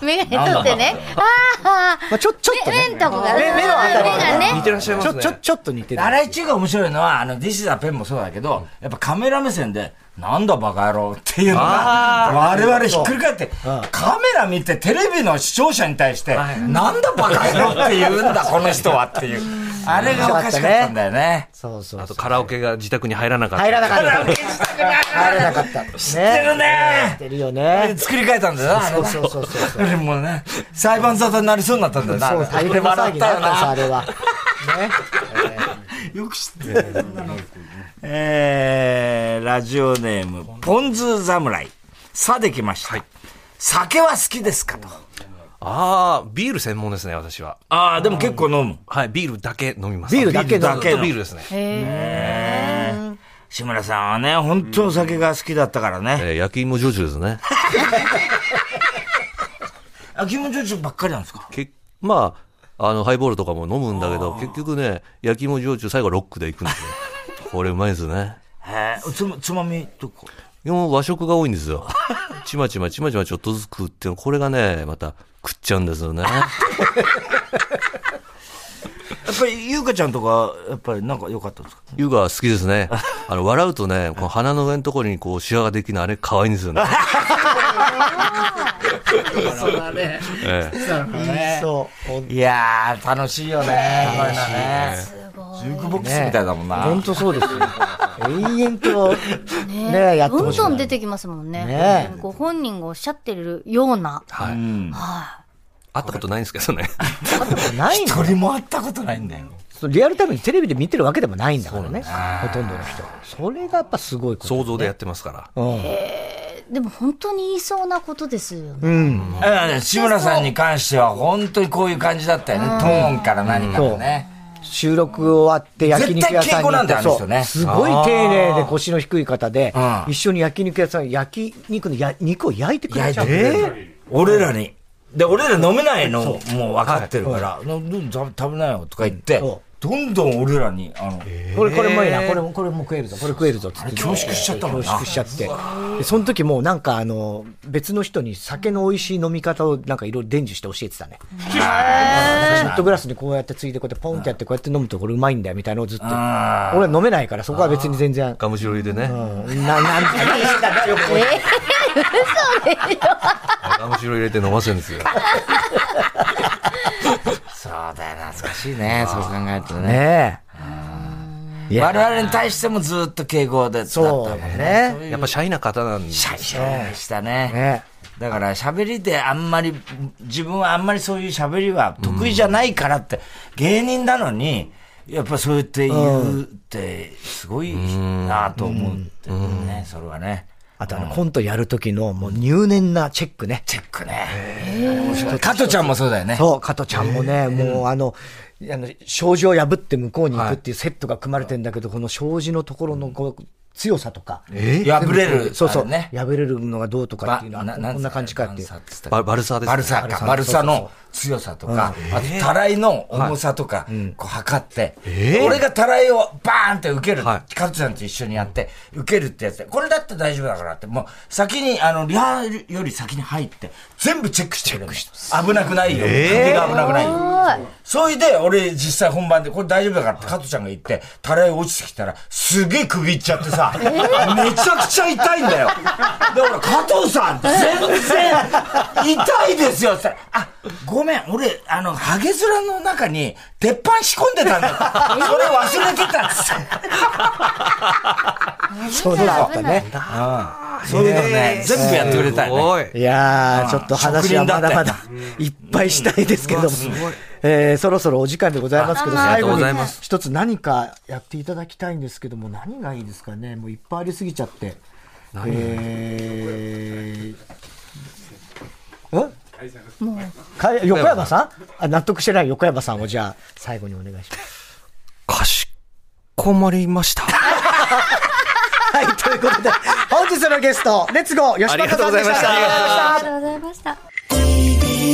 Speaker 4: メガネ取ってね。あ
Speaker 1: まあ、ちょ、ちょっとね。
Speaker 4: 目目んとこが
Speaker 1: 目目のあたり
Speaker 4: 目がね
Speaker 2: 似てらっしゃいま
Speaker 1: ち
Speaker 2: す
Speaker 1: ょ、
Speaker 2: ね。
Speaker 1: ちょ、ちょっと似てる。
Speaker 3: 荒井中が面白いのは、あの、ディシザペンもそうだけど、やっぱカメラ目線で、なんだバカ野郎っていうのが、我々ひっくり返って、カメラ見てテレビの視聴者に対して、なんだバカ野郎って言うんだ、この人はっていう。あれがおかしかったんだよね。
Speaker 1: そうそう
Speaker 2: あ。と、カラオケが自宅に入らなかった。
Speaker 1: 入らなかった。入
Speaker 3: あ
Speaker 1: ら
Speaker 3: れ
Speaker 1: な
Speaker 3: だ
Speaker 1: か
Speaker 3: か
Speaker 1: った。ね。知っ
Speaker 3: ら。てるね
Speaker 1: てるよね。
Speaker 3: 作り変えたんだよな、あのな。
Speaker 1: そうそうそうそう。
Speaker 3: あれもうね、裁判沙汰になりそうになったんだよな。
Speaker 1: そう、大変な騒ぎになったんですあれは。ね。
Speaker 3: よく知ってる。えー、ラジオネーム、ポンズ侍。さできました。酒は好きですかと。
Speaker 2: ああ、ビール専門ですね、私は。
Speaker 3: ああ、でも結構飲む。
Speaker 2: はい、ビールだけ飲みます。
Speaker 1: ビールだけ飲む
Speaker 2: ずっとビールですね。
Speaker 4: ーへー
Speaker 3: 志村さんはね、本当お酒が好きだったからね。
Speaker 2: えー焼き芋上手ですね。
Speaker 3: あ、キム・ジョジュばっかりなんですか
Speaker 2: けまあ、あの、ハイボールとかも飲むんだけど、結局ね、焼き芋焼酎最後ロックで行くんですよ。これうまいですね。
Speaker 3: へえ、つま、つまみとか。
Speaker 2: でも和食が多いんですよ。 [laughs] ちまちまちまちまちょっとずつ食うっていうのこれがね、また食っちゃうんですよ
Speaker 3: [laughs]
Speaker 2: ね。
Speaker 3: やっぱり、優香ちゃんとか、やっぱりなんか良かったんですか
Speaker 2: 優香は好きですね。あの、笑うとね、この鼻の上のところにこう、シワができるのあれ可愛いん
Speaker 3: [laughs]
Speaker 2: ですよね。そうだね。
Speaker 1: そう。ほん
Speaker 3: いやー、楽しいよね、こういうのね。ジュークボックスみたいだもんな。
Speaker 1: 本当そうですよ。永遠と、ね、やって
Speaker 4: ど
Speaker 1: ほ
Speaker 4: ん
Speaker 1: しいな。
Speaker 4: どん出てきますもんね。
Speaker 1: ね
Speaker 4: ご本人がおっしゃってるような。
Speaker 2: はい。会ったことないんですけど
Speaker 3: [laughs]
Speaker 2: ね。
Speaker 1: ないの
Speaker 3: 一人も会ったことないんだよ。
Speaker 1: そのリアルタイムにテレビで見てるわけでもないんだからね。ほとんどの人。それがやっぱすごいこと。
Speaker 2: 想像でやってますから。
Speaker 4: でも本当に言いそうなことですよね。
Speaker 3: だからね志村さんに関しては、本当にこういう感じだったよね。トーンから何からね。
Speaker 1: 収録終わって焼肉屋さんに行って
Speaker 3: 絶対敬語なんだよあの人ね
Speaker 1: そうすごい丁寧で腰の低い方で、
Speaker 3: うん
Speaker 1: 一緒に焼肉屋さん、焼肉のや肉を焼いてく
Speaker 3: 焼
Speaker 1: れ
Speaker 3: い
Speaker 1: ちゃ
Speaker 3: て
Speaker 1: う
Speaker 3: く。れる俺らに。で、俺ら飲めないのもう分かってるから、どんどん食べなよとか言って
Speaker 1: そ、
Speaker 3: どんどん俺らに、あの、
Speaker 1: これ、これうまいな、これも、これも食えるぞ、これ食えるぞってって。
Speaker 3: 恐縮しちゃったもんな
Speaker 1: 恐縮しちゃって。で、その時もうなんかあの、別の人に酒の美味しい飲み方をなんかいろいろ伝授して教えてたね。ショットグラスにこうやってついて、こうやってポンってやって、こうやって飲むとこれうまいんだよみたいなのをずっと。俺は飲めないから、そこは別に全然。
Speaker 2: がむしろりでね。
Speaker 1: うんな、
Speaker 3: [laughs]
Speaker 1: なんていいんだな、よく覚えてる
Speaker 2: がむしろ入れて飲ませるんですよ。
Speaker 3: そうだよ、懐かしいね、そう考えるとね。
Speaker 1: ねえ。いや
Speaker 3: 我々に対してもずっと敬語で、
Speaker 1: そうだ
Speaker 3: だったもんね。
Speaker 1: ね。
Speaker 2: やっぱシャイな方なんで。
Speaker 3: シャイシャイでしたね。
Speaker 1: ね
Speaker 3: だから喋りであんまり、自分はあんまりそういう喋りは得意じゃないからって、芸人なのに、やっぱそうやって言うって、すごいなと思うってね、それはね。
Speaker 1: あとあの、コントやる時の、もう入念なチェックね。
Speaker 3: チェックね。加トちゃんもそうだよね。
Speaker 1: そう、加トちゃんもね、もうあの、あの、障子を破って向こうに行くっていうセットが組まれてんだけど、この障子のところのこう強さとか。
Speaker 3: 破れる。
Speaker 1: そうそう。
Speaker 3: あれね。
Speaker 1: 破れるのがどうとかっ
Speaker 3: ば
Speaker 1: ていうのは、こんな感じかっていう。
Speaker 3: ななんつったっけ
Speaker 2: ババルサーです、ね。
Speaker 3: バルサか。バルサの強さとか、あと、たらいの重さとか、こう測って、俺がたらいをバーンって受ける。
Speaker 2: は
Speaker 3: カズちゃんと一緒にやって、受けるってやつで、これだって大丈夫だからって、もう先に、あの、リハより先に入って、全部チェックしてくれる。危なくないよ。首が危なくないよ。それで、俺実際本番で、これ大丈夫だからって加トちゃんが言って、たらい落ちてきたら、すげえ首いっちゃってさ、めちゃくちゃ痛いんだよ。で、俺、加藤さん、全然、痛いですよって言ったら、あ、ごめん、俺、あの、ハゲヅラの中に、鉄板仕込んでたんだよ。それ忘れてたっつって
Speaker 1: そうだったね。
Speaker 3: そういうのね、全部やってくれたよね。
Speaker 2: おい。
Speaker 1: いやー、ちょっと話はまだまだ
Speaker 3: 職
Speaker 1: いっぱいしたいですけども、えーそろそろお時間でございますけど、
Speaker 4: あ
Speaker 1: 最後
Speaker 2: ありがとうござい
Speaker 1: に
Speaker 2: ます
Speaker 1: 一つ何かやっていただきたいんですけども、何がいいですかね、もういっぱいありすぎちゃって。えー、んか横山さんあ納得してない横山さんをじゃあ最後にお願いします。
Speaker 5: かしこまりました。
Speaker 1: はい、ということで、本日のゲスト、レッツゴー吉高さんでした。
Speaker 2: ありがとうございました
Speaker 1: た
Speaker 4: ありがとうございました。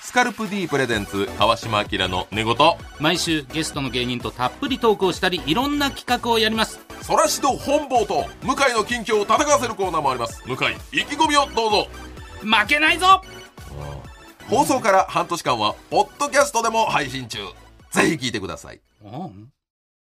Speaker 7: スカルプ D プレゼンツ川島明の寝言
Speaker 8: 毎週ゲストの芸人とたっぷりトークをしたりいろんな企画をやります
Speaker 7: そらしど本坊と向井の近況を戦わせるコーナーもあります向井意気込みをどうぞ
Speaker 8: 負けないぞ
Speaker 7: 放送から半年間はポッドキャストでも配信中ぜひ聞いてください
Speaker 8: うん